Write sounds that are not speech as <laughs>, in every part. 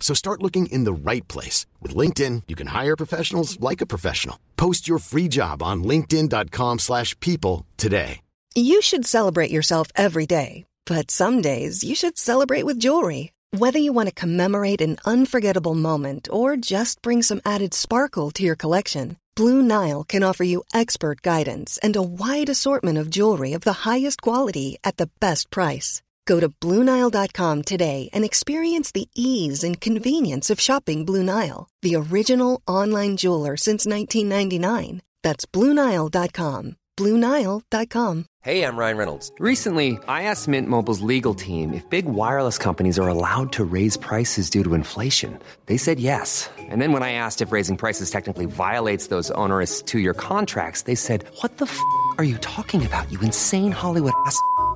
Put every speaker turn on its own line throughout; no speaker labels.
So start looking in the right place. With LinkedIn, you can hire professionals like a professional. Post your free job on linkedin.com slash people today.
You should celebrate yourself every day, but some days you should celebrate with jewelry. Whether you want to commemorate an unforgettable moment or just bring some added sparkle to your collection, Blue Nile can offer you expert guidance and a wide assortment of jewelry of the highest quality at the best price. Go to BlueNile.com today and experience the ease and convenience of shopping Blue Nile, the original online jeweler since 1999. That's BlueNile.com. BlueNile.com.
Hey, I'm Ryan Reynolds. Recently, I asked Mint Mobile's legal team if big wireless companies are allowed to raise prices due to inflation. They said yes. And then when I asked if raising prices technically violates those onerous two year contracts, they said, What the f are you talking about, you insane Hollywood ass? f- a-"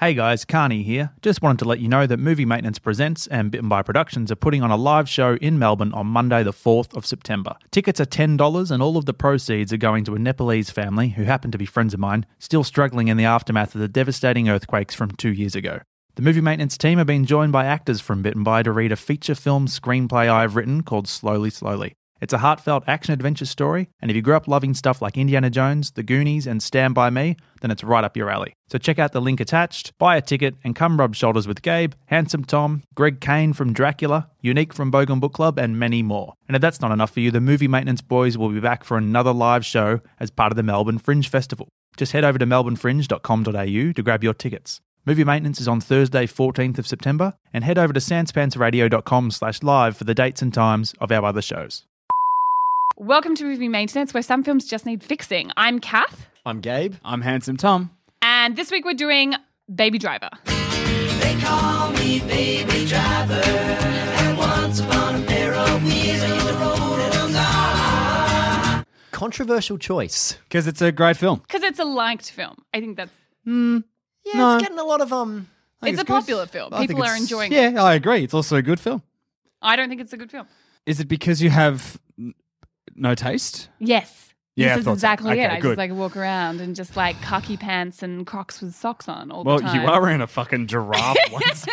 Hey guys, Carney here. Just wanted to let you know that Movie Maintenance Presents and Bitten by Productions are putting on a live show in Melbourne on Monday, the 4th of September. Tickets are $10 and all of the proceeds are going to a Nepalese family who happen to be friends of mine, still struggling in the aftermath of the devastating earthquakes from two years ago. The movie maintenance team have been joined by actors from Bitten by to read a feature film screenplay I've written called Slowly Slowly. It's a heartfelt action adventure story, and if you grew up loving stuff like Indiana Jones, The Goonies, and Stand By Me, then it's right up your alley. So check out the link attached, buy a ticket, and come rub shoulders with Gabe, Handsome Tom, Greg Kane from Dracula, Unique from Bogan Book Club, and many more. And if that's not enough for you, the Movie Maintenance Boys will be back for another live show as part of the Melbourne Fringe Festival. Just head over to melbournefringe.com.au to grab your tickets. Movie Maintenance is on Thursday, 14th of September, and head over to sanspantsradio.com slash live for the dates and times of our other shows.
Welcome to Movie Maintenance, where some films just need fixing. I'm Kath,
I'm Gabe.
I'm Handsome Tom.
and this week we're doing Baby Driver.
Controversial choice.
Because it's a great film.
Because it's a liked film. I think that's
Yeah, it's getting a lot of um.
I think
It's a
good.
popular film.
I think
People are
it's-
enjoying
yeah, I agree. It's also a good film.
I don't think it's a good film.
Is it because you have n- no taste?
Yes.
Yeah, I
This
thought so.
is exactly
Okay,
it. I
good.
just like walk around and just like khaki pants and crocs with socks on all
Well,
the time.
you are in a fucking
<laughs>
giraffe once.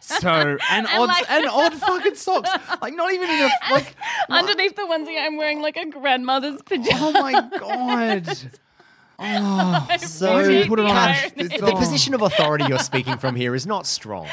so and
And
odd
like-
and odd fucking socks. Like not even in a
<laughs>
like.
<laughs>
<laughs>
Underneath the onesie, I'm wearing like a grandmother's pajama.
Oh my
<laughs>
god. Oh,
So
Why do you
put it on.
Gosh,
The,
this-
the
oh.
position of authority you're speaking from here is not strong.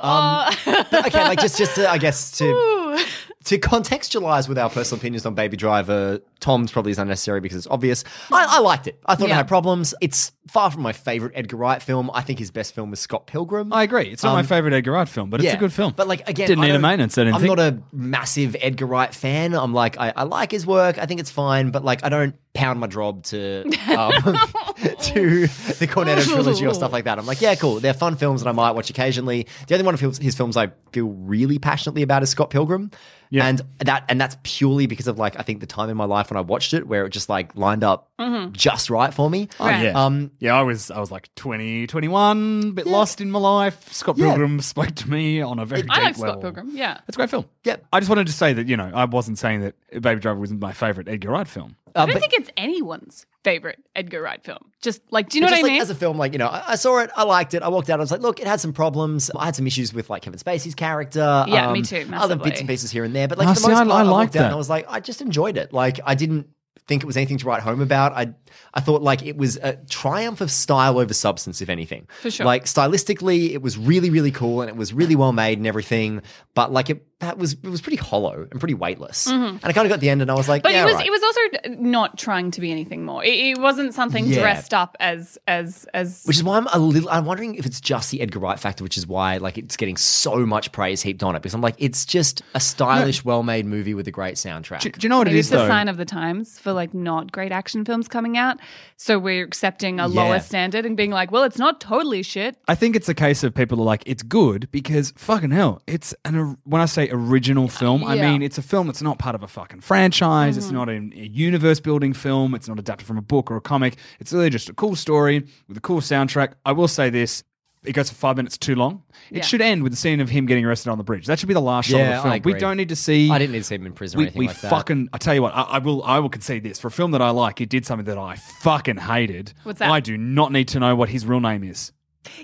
Um, but okay, like just just to, I guess to to contextualize with our personal opinions on Baby Driver, Tom's probably is unnecessary because it's obvious. I, I liked it. I thought it
Yeah.
had problems. It's far from my favorite Edgar Wright film. I think his best film was Scott Pilgrim.
I agree. It's not my
Um,
favorite Edgar Wright film, but it's a good film.
But like again,
didn't
I
need a
don't-
maintenance. I didn't
I'm
think.
not a massive Edgar Wright fan. I'm like I, I like his work. I think it's fine, but like I don't pound my drob to um,
<laughs>
to the Cornetto trilogy or stuff like that. I'm like, yeah, cool. They're fun films that I might watch occasionally. The only one of his, his films I feel really passionately about is Scott Pilgrim. Yeah. And that and that's purely because of like I think the time in my life when I watched it where it just like lined up
Mhm.
just right for me.
Oh, yeah.
Um
yeah, I was I was like 20, 21, a bit lost in my life. Scott
Yeah.
Pilgrim spoke to me on a
Oh,
very
I
deep
like
level.
Scott Pilgrim. Yeah.
That's a great film.
Yeah.
I just wanted to say that, you know, I wasn't saying that Baby Driver wasn't my favorite Edgar Wright film.
Uh,
I don't think it's anyone's favorite Edgar Wright film. Just like, do you know
But
what
just
I
like
mean?
As a film, like you know, I, I saw it, I liked it, I walked out, I was like, look, it had some problems. I had some issues with like Kevin Spacey's character. um,
Yeah, me too,
Other
massively.
bits and pieces here and there, but like
Ah,
for the
see,
most
I-
part,
I
I,
liked
walked out
that.
and I was like, I just enjoyed it. Like I didn't think it was anything to write home about. I I thought like it was a triumph of style over substance, if anything.
For sure.
Like stylistically, it was really really cool and it was really well made and everything, but like it that was it was pretty hollow and pretty weightless.
Mhm.
And I kind of got to the end and I was like,
But
yeah,
it was
right.
it was also not trying to be anything more. It, it wasn't something
Yeah.
dressed up as as as
Which is why I'm a little. I'm wondering if it's just the Edgar Wright factor, which is why like it's getting so much praise heaped on it. Because I'm like, it's just a stylish, well-made movie with a great soundtrack.
Do, do you know what
Maybe
it is,
it's a
though?
sign of the times for like not great action films coming out. So we're accepting a
Yeah.
lower standard and being like, well, it's not totally shit.
I think it's a case of people are like, it's good because fucking hell, it's an or- when I say original film, I
Yeah.
mean it's a film that's not part of a fucking franchise. It's not an- a universe building film. It's not adapted from a book or a comic. It's really just a cool story with a cool soundtrack. I will say this. It goes for five minutes too long. It
Yeah.
should end with the scene of him getting arrested on the bridge. That should be the last shot of
Yeah,
the
I
film. We
agree.
don't need to see.
I didn't need to see him in prison or
We,
anything
we
like that.
fucking. I tell you what. I, I will. I will concede this for a film that I like. It did something that I fucking hated.
What's that?
I do not need to know what his real name is.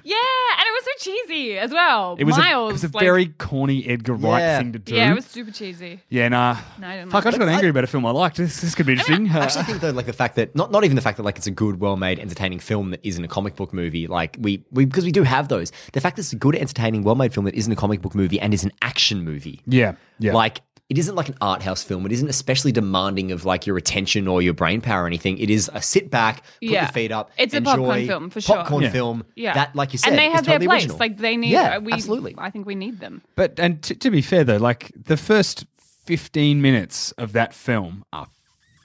Yeah, and it was so cheesy as well.
It was, a,
Miles,
it was a
like-
very corny Edgar Wright
Yeah.
thing to do.
yeah, it was super cheesy.
Yeah, nah.
No, I didn't
Fuck, I
like
just
it.
got angry about a film I liked. <laughs> This, this could be interesting.
I
Uh,
actually think though, like the fact that not not even the fact that like it's a good, well-made, entertaining film that isn't a comic book movie. Like we we because we do have those. The fact that it's a good, entertaining, well-made film that isn't a comic book movie and is an action movie.
yeah, yeah.
Like it isn't like an art house film. It isn't especially demanding of like your attention or your brain power or anything. It is a sit back, put
Yeah.
your feet up.
It's a
enjoy,
popcorn film, for sure.
Popcorn
Yeah.
film.
Yeah,
That like you said,
and they
is
have
totally
their place.
original.
Like they need. uh,
Yeah,
we,
absolutely.
I think we need them.
but and t- to be fair though, like the first fifteen minutes of that film are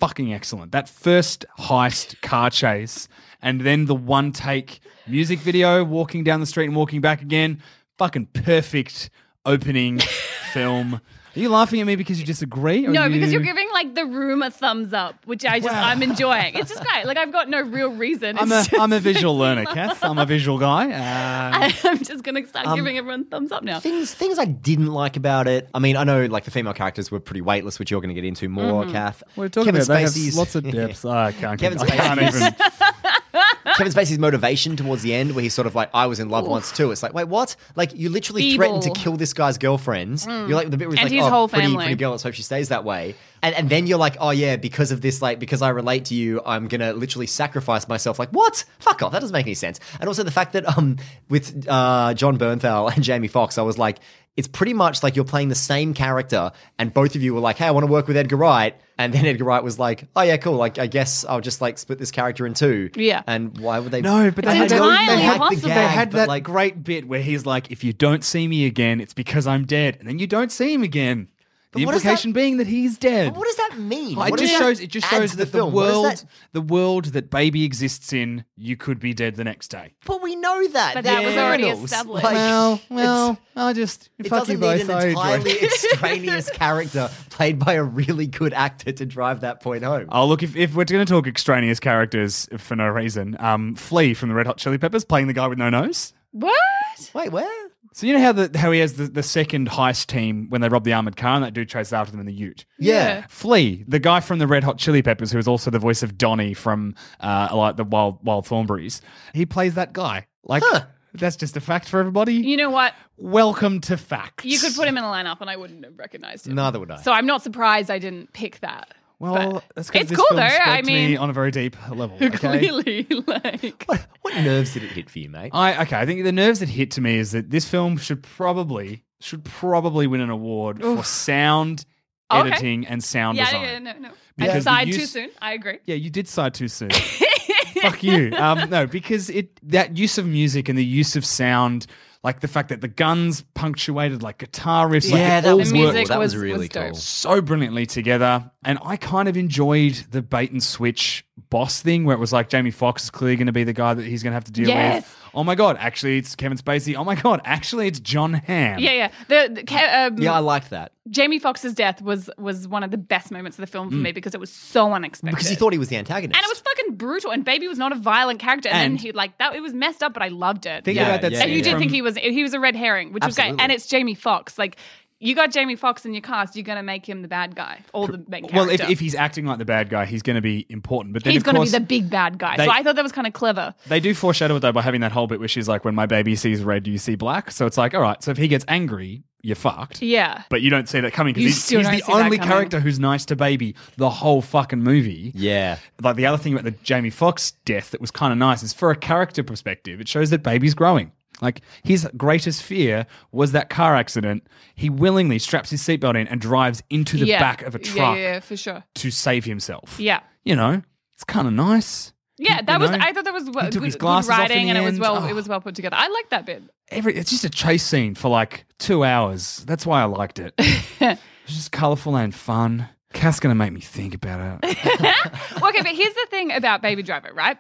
fucking excellent. That first heist car chase, and then the one take music video, walking down the street and walking back again. Fucking perfect
<laughs>
opening film. Are you laughing at me because you disagree? or
No, because
you-
you're giving like the room a thumbs up, which I just
Wow.
I'm enjoying. It's just great. Like I've got no real reason.
I'm a
It's <laughs>
I'm a
just-
visual learner, Kath. I'm a visual guy. Uh,
<laughs> I'm just gonna start
Um,
giving everyone thumbs up now.
Things things I didn't like about it. I mean, I know like the female characters were pretty weightless, which you're going to get into
Mm-hmm.
more, Kath.
what are you talking
Kevin
about? They have
Spacey's-
lots
<laughs>
of
<laughs>
depths. I can't.
Kevin
I can't even.
Kevin Spacey's motivation towards the end, where he's sort of like, "I was in love once too." It's like, wait, what? Like you literally threatened to
Feeble.
kill this guy's girlfriend.
Mm.
You're like the bit where he's
And
like,
his
"Oh,
whole
pretty,
family.
pretty girl. Let's hope she stays that way." And and then you're like, "Oh yeah, because of this, like because I relate to you, I'm gonna literally sacrifice myself." Like what? Fuck off. That doesn't make any sense. And also the fact that um with uh, John Bernthal and <laughs> Jamie Foxx, I was like, it's pretty much like you're playing the same character, and both of you were like, "Hey, I want to work with Edgar Wright." And then <laughs> Edgar Wright was like, "Oh yeah, cool. Like, I guess I'll just like split this character in two.
Yeah.
And why would they?
No, but they had,
no-
entirely
hacked the
possible.
gag,
they had
but,
that
like
great bit where he's like, "If you don't see me again, it's because I'm dead," and then you don't see him again. The
But what is that-
implication being that he's dead.
what does that mean?
Oh, it
What does
just
that
shows it just
add
shows
to
that the,
film? What does
world
that-
the world that baby exists in, you could be dead the next day.
but we know that.
But
They're
that was already
criminals.
established.
Like,
well,
it's-
well, I just
It
fuck you
doesn't
both.
need
I
an
enjoy
entirely
<laughs>
<laughs>
it.
extraneous character played by a really good actor to drive that point home.
Oh, look, if, if we're going to talk extraneous characters for no reason, um, Flea from the Red Hot Chili Peppers playing the guy with no nose.
What?
Wait, where?
So you know how the, how he has the, the second heist team when they rob the armored car and that dude chases after them in the ute?
Yeah.
Flea, the guy from the Red Hot Chili Peppers, who is also the voice of Donnie from uh, like the Wild Wild Thornberries, he plays that guy. Like that's just a fact for everybody.
You know what?
Welcome to fact.
You could put him in a lineup, and I wouldn't have recognized him.
Neither would I.
So I'm not surprised I didn't pick that.
Well, that's 'cause
it's
this
cool
film
though.
spoke
I
to me
mean, <laughs>
on a very deep level. Okay?
clearly,
<laughs>
like
<laughs> What nerves did it hit for you, mate?
I okay. I think the nerves that hit to me is that this film should probably should probably win an award for
Oof.
sound
Okay.
editing and sound
yeah,
design.
yeah, no, no. I
Because the
sighed too
use-
soon. I agree.
Yeah, you did sigh too
<laughs>
soon. Fuck you. Um, no, because it that use of music and the use of sound, like the fact that the guns punctuated like guitar riffs. like,
Yeah,
it
that
all
was cool.
worked
That That was was- really was dope. cool.
So brilliantly together, and I kind of enjoyed the bait and switch boss thing where it was like Jamie Foxx is clearly going to be the guy that he's going to have to deal
Yes.
with. Oh my god, actually it's Kevin Spacey. Oh my god, actually it's John Hamm.
Yeah, yeah. The, the ca- um,
Yeah, I liked that
Jamie Foxx's death was was one of the best moments of the film for
Mm.
me because it was so unexpected.
because he thought he was the antagonist.
and it was fucking brutal. And Baby was not a violent character, and,
And-
then he like that. It was messed up, but I loved it.
Think Yeah, about that yeah,
and you
scene
did
from-
think he was he was a red herring, which was great.
Absolutely.
And it's Jamie Foxx. Like you got Jamie Foxx in your cast, you're gonna make him the bad guy or the main character.
Well, if, if he's acting like the bad guy, he's going to be important. But then
he's
of
gonna
course,
be the big bad guy.
they-
so I thought that was kind of clever.
They do foreshadow it though by having that whole bit where she's like, "When my baby sees red, you see black." So it's like, all right, so if he gets angry, you're fucked.
Yeah.
But you don't see that coming
You
because he's,
still
he's
don't
the
see that
only
coming.
character who's nice to baby the whole fucking movie.
Yeah.
Like the other thing about the Jamie Foxx death that was kind of nice is for a character perspective, it shows that baby's growing. Like his greatest fear was that car accident. He willingly straps his seatbelt in and drives into the
Yeah.
back of a
Yeah,
truck
yeah, yeah, for sure.
to save himself.
Yeah.
You know, it's kind of nice.
Yeah,
you
that was.
know,
I thought that was well,
took his
good, good
glasses off in
writing,
the
and it was
end.
well.
Oh.
It was well put together. I like that bit.
every it's just a chase scene for like two hours. That's why I liked
<laughs>
it. it's just colourful and fun. Cass gonna make me think about it.
<laughs> Well, okay, but here's the thing about Baby Driver, right?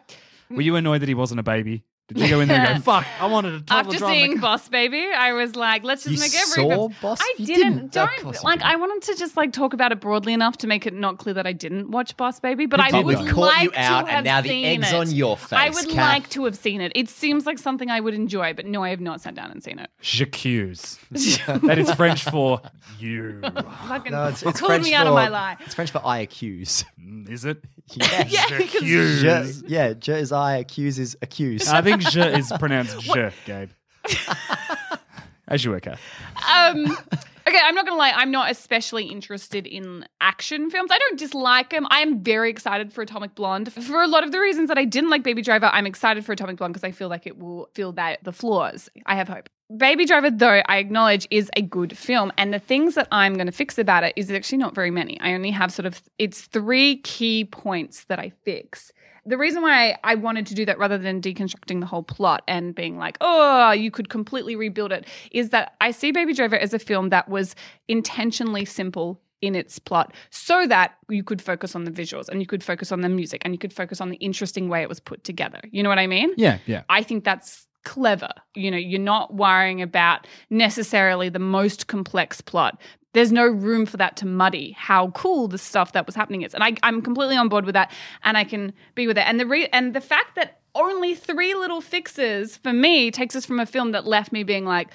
Were you annoyed that he wasn't a baby? Did you go in there and go,
<laughs>
fuck, I wanted a toddler
After
driving
seeing Boss Baby, I was like, let's just
You
make
saw
everyone.
Boss-
I
you
didn't.
didn't. Of course
Don't
you
like. I wanted to just like talk about it broadly enough to make it not clear that I didn't watch Boss Baby, but
You
I
did.
would
We've caught
like
you out,
to
and
have
now the
seen
egg's
it.
on your face,
I would
Kath.
like to have seen it. It seems like something I would enjoy, but no, I have not sat down and
<sighs>
seen it.
J'accuse.
<laughs>
that is French for you.
Fucking
No, Oh, it's, it's
called
French
me out of my
for-
lie.
It's French for I <laughs> accuse.
Mm, Is
<laughs>
it?
Yes.
Yeah, because-
Je, yeah, je is I, accuse is accuse.
I think je is pronounced je,
<laughs>
Gabe. As you were, Kath.
um <laughs> okay i'm not gonna lie i'm not especially interested in action films i don't dislike them i am very excited for atomic blonde for a lot of the reasons that i didn't like baby driver i'm excited for atomic blonde because i feel like it will fill that the flaws i have hope baby driver though i acknowledge is a good film and the things that i'm going to fix about it is actually not very many i only have sort of it's three key points that i fix the reason why I wanted to do that rather than deconstructing the whole plot and being like, oh, you could completely rebuild it, is that I see Baby Driver as a film that was intentionally simple in its plot so that you could focus on the visuals and you could focus on the music and you could focus on the interesting way it was put together. You know what I mean?
Yeah, yeah.
I think that's clever. You know, you're not worrying about necessarily the most complex plot. There's no room for that to muddy how cool the stuff that was happening is, and I, I'm completely on board with that, and I can be with it. And the re- and the fact that only three little fixes for me takes us from a film that left me being like,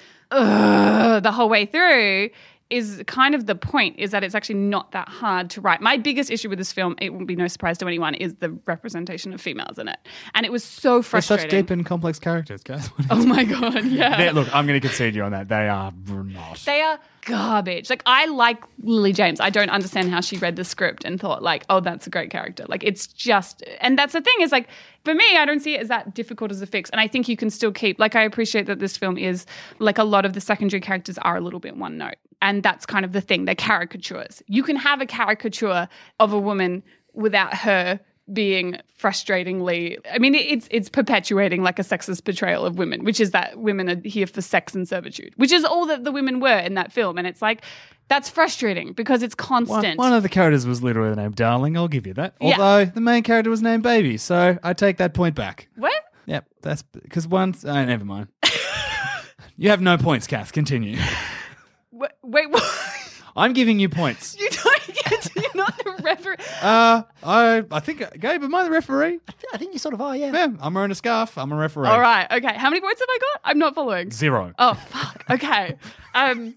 Ugh, the whole way through is kind of the point is that it's actually not that hard to write. My biggest issue with this film, it won't be no surprise to anyone, is the representation of females in it. And it was so
They're such
frustrating.
deep and complex characters,
<laughs>
guys.
Oh my god, yeah.
They- Look, I'm going to concede you on that. They are not.
They are garbage. Like I like Lily James. I don't understand how she read the script and thought like, "Oh, that's a great character." Like it's just and that's the thing is like for me, I don't see it as that difficult as a fix. And I think you can still keep like I appreciate that this film is like a lot of the secondary characters are a little bit one note. And that's kind of the thing. They're caricatures. You can have a caricature of a woman without her being frustratingly i mean it's it's perpetuating like a sexist portrayal of women which is that women are here for sex and servitude which is all that the women were in that film and it's like that's frustrating because it's
One,
constant
one of the characters was literally named Darling. I'll give you that.
Yeah.
Although the main character was named Baby, so I take that point back.
what
Yep, that's because once. Oh, never
<laughs>
mind. you have no points, Kath. Continue.
wait, wait <laughs> what?
I'm giving you points.
you don't get to, you're not the referee
Uh, I I think uh, Gabe, am I the referee?
I think you sort of are, yeah.
Yeah, I'm wearing a scarf. I'm a referee.
all right okay how many points have i got i'm not following
Zero.
oh fuck okay um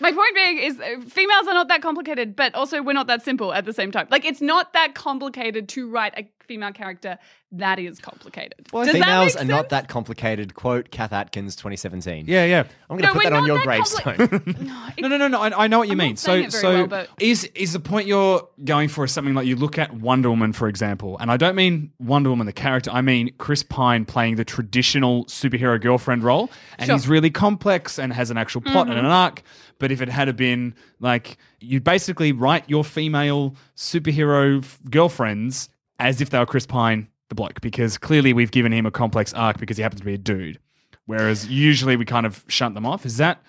my point being is uh, females are not that complicated but also we're not that simple at the same time like it's not that complicated to write a female character that is complicated Does that
Females
make
are not that complicated. Quote Kath Atkins, 2017.
Yeah, yeah.
I'm going to
No,
put
we're
that on
not
your
that
gravestone.
<laughs>
<laughs>
No, no, no, no. I, I know what you mean.
not
So,
saying it very
so
well, but-
is is the point you're going for is something like you look at Wonder Woman, for example, and I don't mean Wonder Woman the character. I mean Chris Pine playing the traditional superhero girlfriend role, and
Sure.
he's really complex and has an actual plot and an arc. But if it had been like you basically write your female superhero f- girlfriends as if they were Chris Pine, the bloke, because clearly we've given him a complex arc because he happens to be a dude. whereas usually we kind of shunt them off. Is that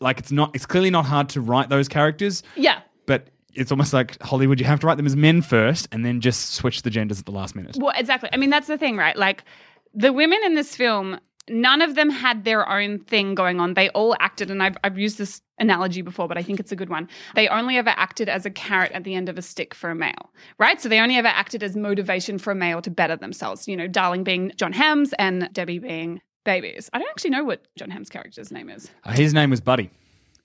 like it's not? It's clearly not hard to write those characters.
Yeah.
but it's almost like Hollywood. You have to write them as men first, and then just switch the genders at the last minute.
Well, exactly. I mean, that's the thing, right? Like the women in this film, none of them had their own thing going on. They all acted, and I've, I've used this analogy before, but I think it's a good one. They only ever acted as a carrot at the end of a stick for a male, right? So they only ever acted as motivation for a male to better themselves. You know, Darling being John Hams and Debbie being babies. I don't actually know what John Hams' character's name is.
Uh, his name was Buddy.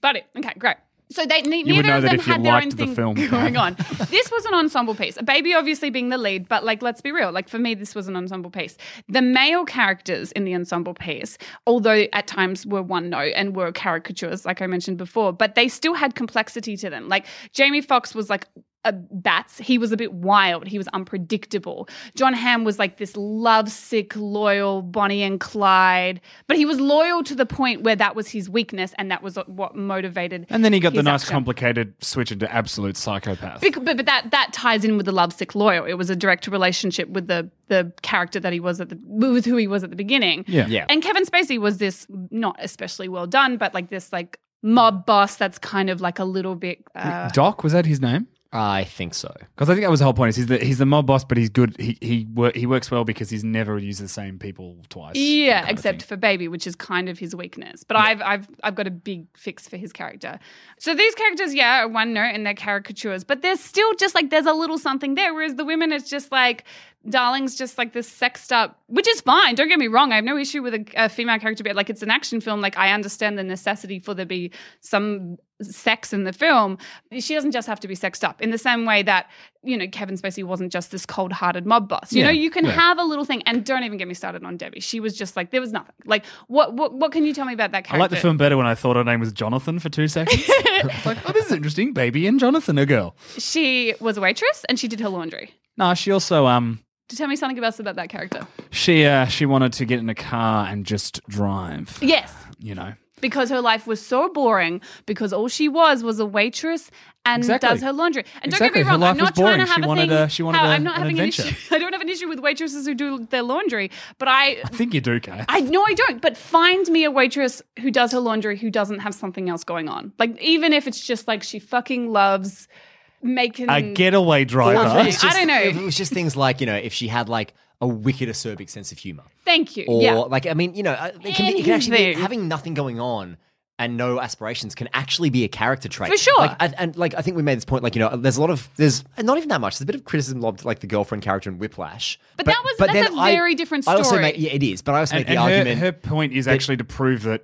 But it, okay, great. So they ne-
You would
neither
know
of
that
them
if you
had their own
liked the
thing
film.
<laughs> going on. this was an ensemble piece. A baby obviously being the lead, but like let's be real. Like for me, this was an ensemble piece. The male characters in the ensemble piece, although at times were one note and were caricatures, like I mentioned before, but they still had complexity to them. Like Jamie Foxx was like a bats. He was a bit wild. He was unpredictable. John Hamm was like this lovesick, loyal Bonnie and Clyde, but he was loyal to the point where that was his weakness and that was what motivated.
And then he got the
his
nice,
action.
complicated switch into absolute psychopath.
Bec- but, but that that ties in with the lovesick loyal. It was a direct relationship with the the character that he was at the with who he was at the beginning.
Yeah. Yeah.
And Kevin Spacey was this not especially well done, but like this like mob boss that's kind of like a little bit uh,
Doc was that his name?
I think so.
Because I think that was the whole point. Is he's the he's the mob boss, but he's good. He he wor- he works well because he's never used the same people twice.
Yeah, except for Baby, which is kind of his weakness. But I've I've I've got a big fix for his character. So these characters, yeah, are one note and they're caricatures, but there's still just like there's a little something there. Whereas the women, it's just like Darling's just like this sexed up, which is fine. Don't get me wrong. I have no issue with a, a female character, but like it's an action film. Like I understand the necessity for there be some sex in the film. She doesn't just have to be sexed up in the same way that, you know, Kevin Spacey wasn't just this cold hearted mob boss. You
Yeah,
know, you can
yeah.
have a little thing and don't even get me started on Debbie. She was just like, there was nothing. Like, what what, what can you tell me about that character?
I like the film better when I thought her name was Jonathan for two
<laughs>
seconds. it's like, oh, this is interesting. Baby and Jonathan, a girl.
She was a waitress and she did her laundry.
No, she also um
To tell me something else about that character.
she uh she wanted to get in a car and just drive.
Yes.
You know.
Because her life was so boring, because all she was was a waitress and
Exactly.
does her laundry. And
Exactly.
don't get
Her
me wrong,
life
I'm not
was boring.
trying to have
She
a
wanted
thing.
a- she wanted
how-
a-
I'm not
an
having an
adventure.
issue. <laughs> I don't have an issue with waitresses who do their laundry, but I
I think you do, Kate.
I no, I don't. But find me a waitress who does her laundry who doesn't have something else going on. Like even if it's just like she fucking loves making.
A
Mm.
getaway driver.
Or if it was
I don't know.
If it was just things like, you know, if she had like a wicked acerbic sense of humor.
Thank you.
Or
yeah.
like, I mean, you know, uh, it can, be, it can actually be
Anything.
having nothing going on and no aspirations can actually be a character trait
For sure.
Like, and, and like, I think we made this point. Like, you know, there's a lot of there's not even that much. There's a bit of criticism lobbed like the girlfriend character in Whiplash.
But that was- that's
then
a very different
I also
story.
make, yeah, it is. But I also
and,
make the
and her-
argument.
her, point is actually to prove that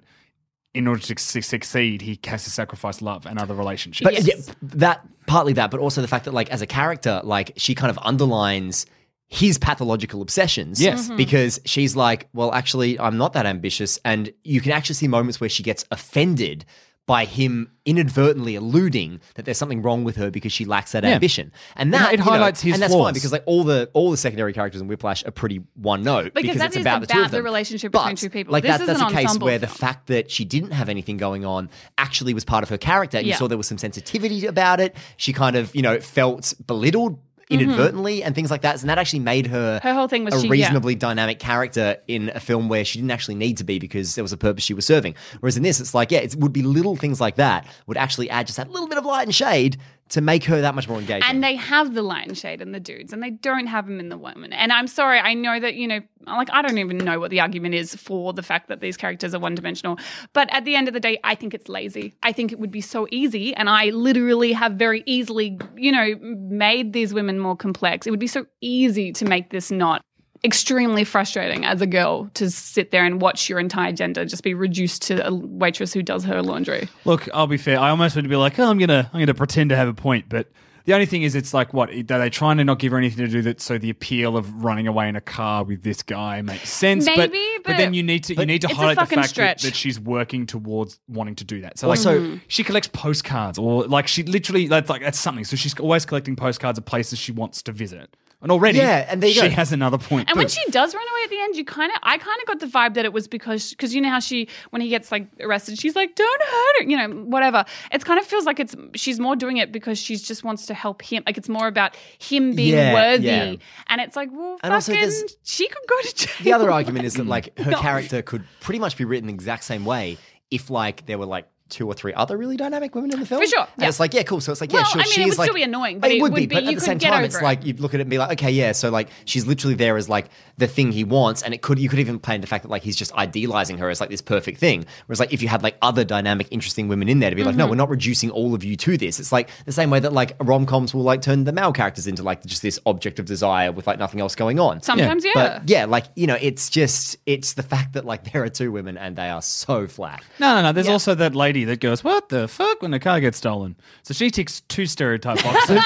in order to su- succeed, he has to sacrifice love and other relationships.
But yeah, that partly that, but also the fact that like as a character, like she kind of underlines his pathological obsessions.
Yes.
Mm-hmm.
Mhm.
Because she's like, well, actually, I'm not that ambitious, and you can actually see moments where she gets offended by him inadvertently alluding that there's something wrong with her because she lacks that
Yeah.
ambition. And that
It
you know,
highlights his
and that's
flaws.
fine because like all the all the secondary characters in Whiplash are pretty one note
Because
because,
that
it's
is
about, the two
about
of
the
them.
relationship
But,
between two people.
Like
This
that,
is
that's
an
a case
ensemble
where the
film.
fact that she didn't have anything going on actually was part of her character. You
Yeah.
saw there was some sensitivity about it. She kind of, you know, felt belittled inadvertently and things like that. And that actually made her,
Mm-hmm. Her whole thing was
a
she- yeah.
reasonably dynamic character in a film where she didn't actually need to be because there was a purpose she was serving. Whereas in this, it's like, yeah, it would be little things like that would actually add just that little bit of light and shade to make her that much more engaging.
and they have the light and shade in the dudes, and they don't have them in the women. And I'm sorry, I know that you know, like I don't even know what the argument is for the fact that these characters are one dimensional. But at the end of the day, I think it's lazy. I think it would be so easy, and I literally have very easily, you know, made these women more complex. It would be so easy to make this not extremely frustrating as a girl to sit there and watch your entire gender just be reduced to a waitress who does her laundry.
Look, I'll be fair. I almost would be like, oh, I'm gonna, I'm gonna pretend to have a point, but the only thing is, it's like, what are they trying to not give her anything to do? That so the appeal of running away in a car with this guy makes sense. but,
Maybe,
but then
but
you need to, you need to
it's a
highlight the
fucking
fact that,
stretch. Mm-hmm.
that she's working towards wanting to do that. So
Also-
like, she collects postcards, or like she literally, that's like that's something. So she's always collecting postcards of places she wants to visit. And already,
Yeah, and there you go.
she has another point.
And when
too.
she does run away at the end, you kind of, I kind of got the vibe that it was because, because you know how she, when he gets like arrested, she's like, don't hurt her, you know, whatever. It's kind of feels like it's, she's more doing it because she just wants to help him. Like it's more about him being
Yeah,
worthy.
yeah.
And it's like, well,
And also
fucking,
there's-
she could go to <laughs> jail.
The other argument is that
<laughs>
like her
No.
character could pretty much be written the exact same way if like there were like two or three other really dynamic women in the film.
For sure,
And
yeah.
it's like, yeah, cool. So it's like, yeah,
Well,
sure,
I mean, it
she's
would still
like
be annoying, but it
would
would
be,
be-
but
you
at the
could
same
get
time, it's
over it.
like you'd look at it and be like, okay, yeah, so like she's literally there as like the thing he wants, and it could you could even play into the fact that like he's just idealizing her as like this perfect thing. Whereas like if you had like other dynamic, interesting women in there to be
Mm-hmm.
like, no, we're not reducing all of you to this. It's like the same way that like rom coms will like turn the male characters into like just this object of desire with like nothing else going on.
Sometimes, yeah.
But yeah, like, you know, it's just, it's the fact that, like, there are two women and they are so flat.
No, no, no. There's also that lady that goes, "What the fuck?" when a car gets stolen. So she ticks two stereotype
<laughs>
boxes.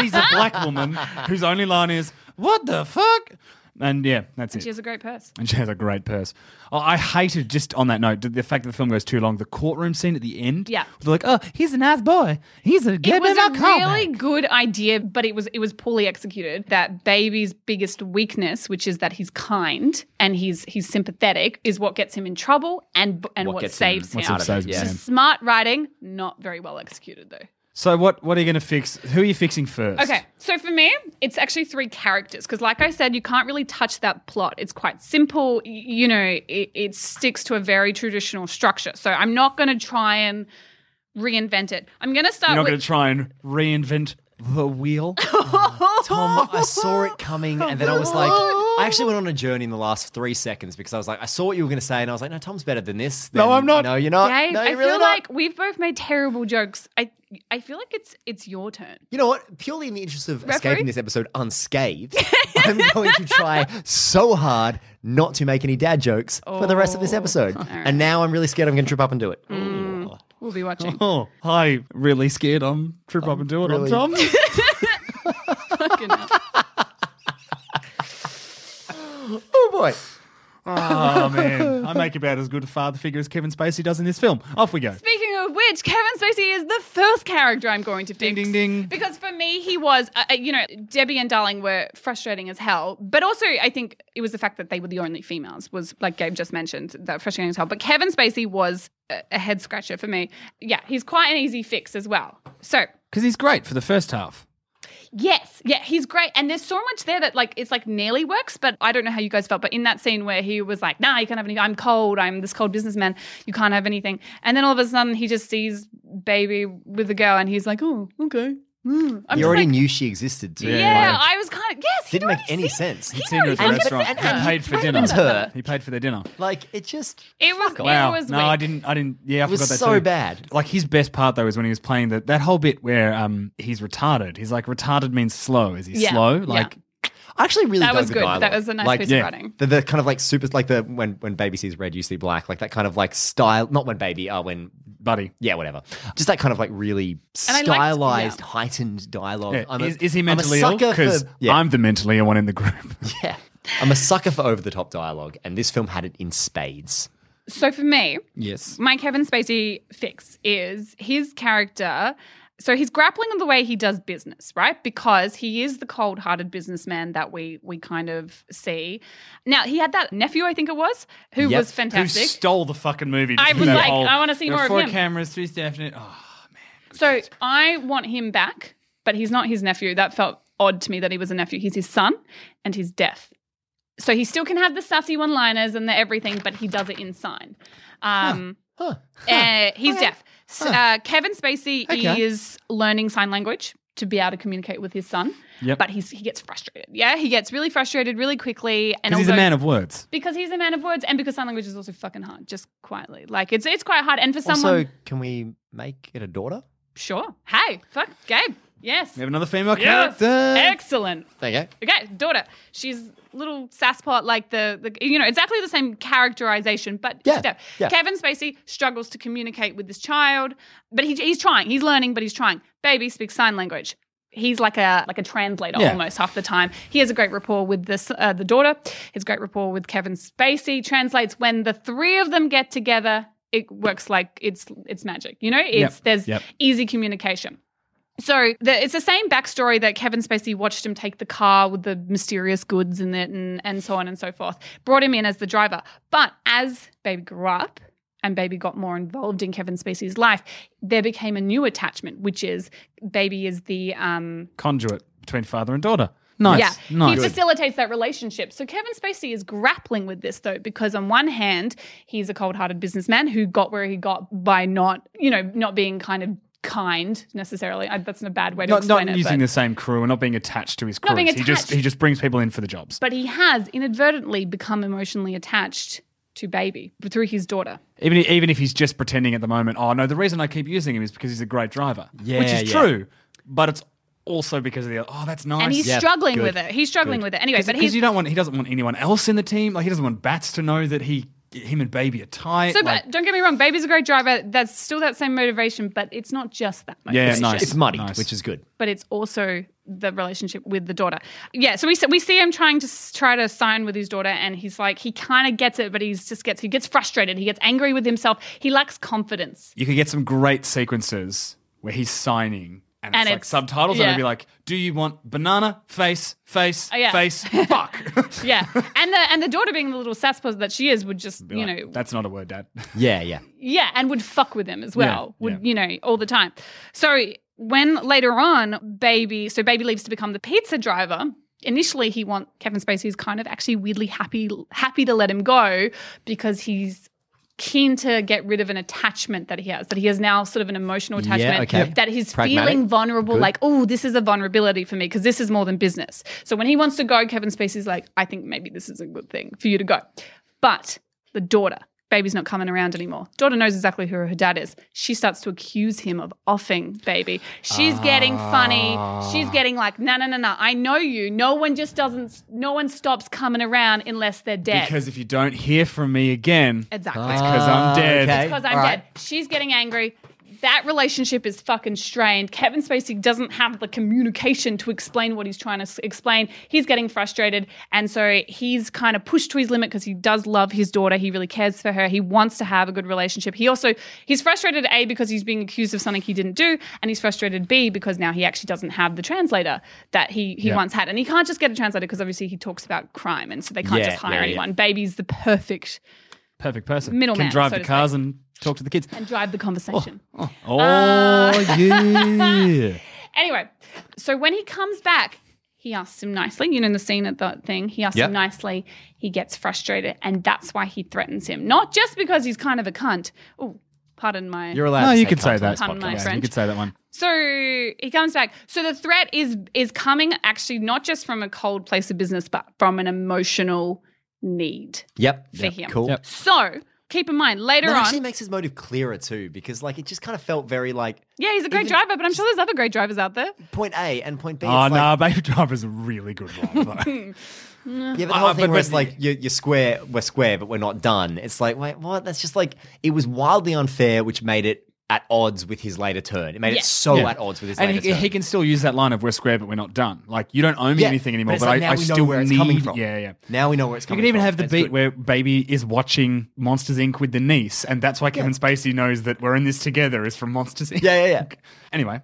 She's a black woman whose only line is, "What the fuck?" And yeah, that's
And
it.
she has a great purse.
And she has a great purse. Oh, I hated just on that note the the fact that the film goes too long. The courtroom scene at the end.
Yeah.
they're like, "Oh, he's a nice boy. He's a good
it was
little
a
cop."
really good idea, but it was it was poorly executed. That baby's biggest weakness, which is that he's kind and he's he's sympathetic, is what gets him in trouble and and
What
what,
gets him-
saves him,
what
out
saves
of
him,
it. It's
yeah.
just smart writing, not very well executed though.
So what? What are you going to fix? Who are you fixing first?
Okay, so for me, it's actually three characters because, like I said, you can't really touch that plot. It's quite simple. y- You know, it, it sticks to a very traditional structure. So I'm not going to try and reinvent it. I'm going to start.
You're not
with-
going to try and reinvent the
<laughs>
wheel. <laughs>
Tom, I saw it coming, and then I was like, I actually went on a journey in the last three seconds because I was like, I saw what you were going to say, and I was like, no, Tom's better than this.
No,
Then,
I'm not.
No, you're not.
Dave,
no,
I
you're really
feel
not.
like we've both made terrible jokes. I I feel like it's it's your turn.
You know what? Purely in the interest of
Referee?
escaping this episode
<laughs>
unscathed, I'm going to try so hard not to make any dad jokes for the rest of
Oh.
this episode. And now I'm really scared I'm going to trip up and do it.
Mm. We'll be
<laughs>
watching.
Oh, hi. Really scared. I'm trip up and do it.
really-
I'm Tom.
Fucking hell.
Oh boy.
oh, man. I make about as good a father figure as Kevin Spacey does in this film. Off we go.
Speaking of which, Kevin Spacey is the first character I'm going to fix.
Ding, ding, ding.
Because for me, he was, uh, uh, you know, Debbie and Darling were frustrating as hell. But also, I think it was the fact that they were the only females, was like Gabe just mentioned, that frustrating as hell. But Kevin Spacey was a, a head scratcher for me. Yeah, he's quite an easy fix as well. So
Because he's great for the first half.
Yes, yeah, he's great. And there's so much there that like it's like nearly works, but I don't know how you guys felt. But in that scene where he was like, "Nah, you can't have anything. I'm cold. I'm this cold businessman. You can't have anything." And then all of a sudden, he just sees baby with a girl, and he's like, "Oh, okay." Mm. I'm
you
just
already
like,
knew she existed, too.
Yeah,
Like-
I was kind of yes. he'd
Didn't make
already
any
seen-
sense. He'd
he'd
seen her at the
already
restaurant
seen
and-
her.
and
he paid for dinner.
was her.
He paid for their dinner.
Like it just
It was
Wow.
it was
no,
weird.
I didn't. I didn't. Yeah, I
It was
forgot that
so
too.
bad.
Like his best part though is when he was playing that that whole bit where um he's retarded. He's like retarded means slow. Is he
Yeah,
slow?
yeah.
Like
I actually really
That
dug
was
the
good.
dialogue.
That was a nice
like,
piece
yeah.
of writing.
The, the kind of like super like the when when baby sees red you see black like that kind of like style not when baby uh when
buddy.
yeah whatever just that kind of like really
And I liked- yeah.
stylized heightened dialogue.
Yeah.
I'm a-
Is, is he
I'm a
mentally ill?
sucker for-
Because
yeah.
I'm the mentally ill one in the group.
<laughs> yeah I'm a sucker for over the top dialogue and this film had it in spades.
So for me,
yes.
my Kevin Spacey fix is his character. So he's grappling with the way he does business, right? Because he is the cold-hearted businessman that we we kind of see. Now he had that nephew, I think it was, who
Yep.
was fantastic.
Who stole the fucking movie?
I
Just
was
that
like,
whole-
I wanna see
there were
more of
four
him.
cameras, three staff. and- Oh,
so I want him back, but he's not his nephew. That felt odd to me that he was a nephew. He's his son, and he's deaf. So he still can have the sassy one-liners and the everything, but he does it in sign. Um,
Huh.
Uh, he's deaf. So, uh, Kevin Spacey
Okay.
is learning sign language to be able to communicate with his son,
Yep.
but he's he gets frustrated. Yeah, he gets really frustrated really quickly, and
because he's a
although-
man of words.
because he's a man of words, and because sign language is also fucking hard. Just quietly, like it's it's quite hard, and for someone,
Also, can we make it a daughter?
sure, hey, fuck, Gabe, yes,
We have another female
yes,
character.
excellent.
There you go.
Okay, daughter, she's little sasspot, like the, the you know exactly the same characterization, but
Yeah,
she's deaf.
yeah.
Kevin Spacey struggles to communicate with this child, but he, he's trying, he's learning, but he's trying. Baby speaks sign language. He's like a like a translator
Yeah.
almost half the time. He has a great rapport with this uh, the daughter. His great rapport with Kevin Spacey translates when the three of them get together. It works like it's it's magic, you know. It's there's
yep.
easy communication. So the, it's the same backstory that Kevin Spacey watched him take the car with the mysterious goods in it and, and so on and so forth, brought him in as the driver. But as Baby grew up and Baby got more involved in Kevin Spacey's life, there became a new attachment, which is Baby is the. Um,
Conduit between father and daughter. Nice.
Yeah,
Nice.
he facilitates that relationship. So Kevin Spacey is grappling with this though, because on one hand, he's a cold-hearted businessman who got where he got by not, you know, not being kind of kind necessarily. I, that's a bad way to
not,
explain
not
it.
using
but-
the same crew and not being attached to his
Not
crew.
being
He just
attached.
he just brings people in for the jobs.
But he has inadvertently become emotionally attached to baby through his daughter.
Even even if he's just pretending at the moment, oh no, the reason I keep using him is because he's a great driver.
Yeah,
which is
yeah.
true. But it's also because of the oh, that's nice.
And he's struggling with it. He's struggling with it. Anyway, but
because
he's
you don't want he doesn't want anyone else in the team. Like he doesn't want Bats to know that he him and Baby are tight.
so
like,
but don't get me wrong, baby's a great driver. That's still that same motivation, but it's not just that
yeah,
motivation.
nice.
It's muddy,
nice.
which is good.
but it's also the relationship with the daughter. Yeah, so we see, we see him trying to s- try to sign with his daughter, and he's like he kind of gets it, but he's just gets he gets frustrated, he gets angry with himself, he lacks confidence.
you could get some great sequences where he's signing and,
And
it's, like
it's-
subtitles and
yeah.
it'd be like, Do you want banana, face, face,
Oh, yeah. <laughs>
face, fuck.
Yeah, and the and the daughter being the little sasspose that she is would just
Be
you
like,
know
That's not a word, Dad.
Yeah, yeah.
yeah, and would fuck with him as
Yeah,
well. would
yeah.
you know all the time? So when later on, baby, so baby leaves to become the pizza driver. Initially, he wants Kevin Spacey is kind of actually weirdly happy happy to let him go because he's keen to get rid of an attachment that he has that he has now sort of an emotional
Yeah,
attachment
okay.
that he's
Pragmatic.
feeling vulnerable
Good.
like oh this is a vulnerability for me because this is more than business so when he wants to go kevin spacey's like i think maybe this is a good thing for you to go but the daughter, baby's not coming around anymore. Daughter knows exactly who her dad is. She starts to accuse him of offing baby. She's getting funny. She's getting like, no, no, no, no. I know you. No one just doesn't. No one stops coming around unless they're dead.
Because if you don't hear from me again,
exactly.
it's because I'm dead.
Ah, okay.
Because I'm
All
dead. She's getting angry. That relationship is fucking strained. Kevin Spacey doesn't have the communication to explain what he's trying to s- explain. He's getting frustrated. And so he's kind of pushed to his limit because he does love his daughter. He really cares for her. He wants to have a good relationship. He also, he's frustrated A, because he's being accused of something he didn't do. And he's frustrated B, because now he actually doesn't have the translator that he, he
Yeah.
once had. And he can't just get a translator because obviously he talks about crime. And so they can't
Yeah,
just hire
yeah, yeah.
anyone. Baby's the perfect
Perfect person.
Middleman,
Can drive
so
the
to
cars and talk to the
<laughs>
kids.
and drive the conversation.
Oh,
Uh,
<laughs>
yeah.
Anyway, so when he comes back, he asks him nicely. You know, in the scene at the thing, he asks
Yeah.
him nicely. He gets frustrated, and that's why he threatens him. Not just because he's kind of a cunt. Oh, pardon my.
You're allowed
No,
to
you
say
could say
cunt on
that.
this
Pardon my
podcast.
Yeah, you
French.
could say that one.
so he comes back. So the threat is is coming actually not just from a cold place of business, but from an emotional need.
Yep.
For him.
Cool.
Yep.
So keep in mind later
That
on.
actually makes his motive clearer too, because like it just kind of felt very like
yeah, he's a great
even-
driver, but I'm sure there's other great drivers out there.
point A and point B.
Oh,
it's like,
nah, Baby Driver's a really good
<laughs>
one. though.
Yeah, but the whole
Uh,
thing
but-
where it's
but-
like you're, you're square, we're square, but we're not done. It's like, wait, what? That's just like it was wildly unfair, which made it at odds with his later turn. It made it
Yes.
so
Yeah.
at odds with his
and
later
he,
turn.
he can still use that line of "We're square, but we're not done." Like you don't owe me
Yeah,
anything
but
anymore,
it's
but
like,
I,
now
I
we know
still
where it's
need.
coming from.
Yeah, yeah.
now we know where it's
You
coming.
can even
from.
have the
That's
beat
good.
where Baby is watching Monsters Inc. with the niece, and that's why Kevin Spacey knows that we're in this together is from Monsters Inc.
Yeah, yeah, yeah.
<laughs> Anyway,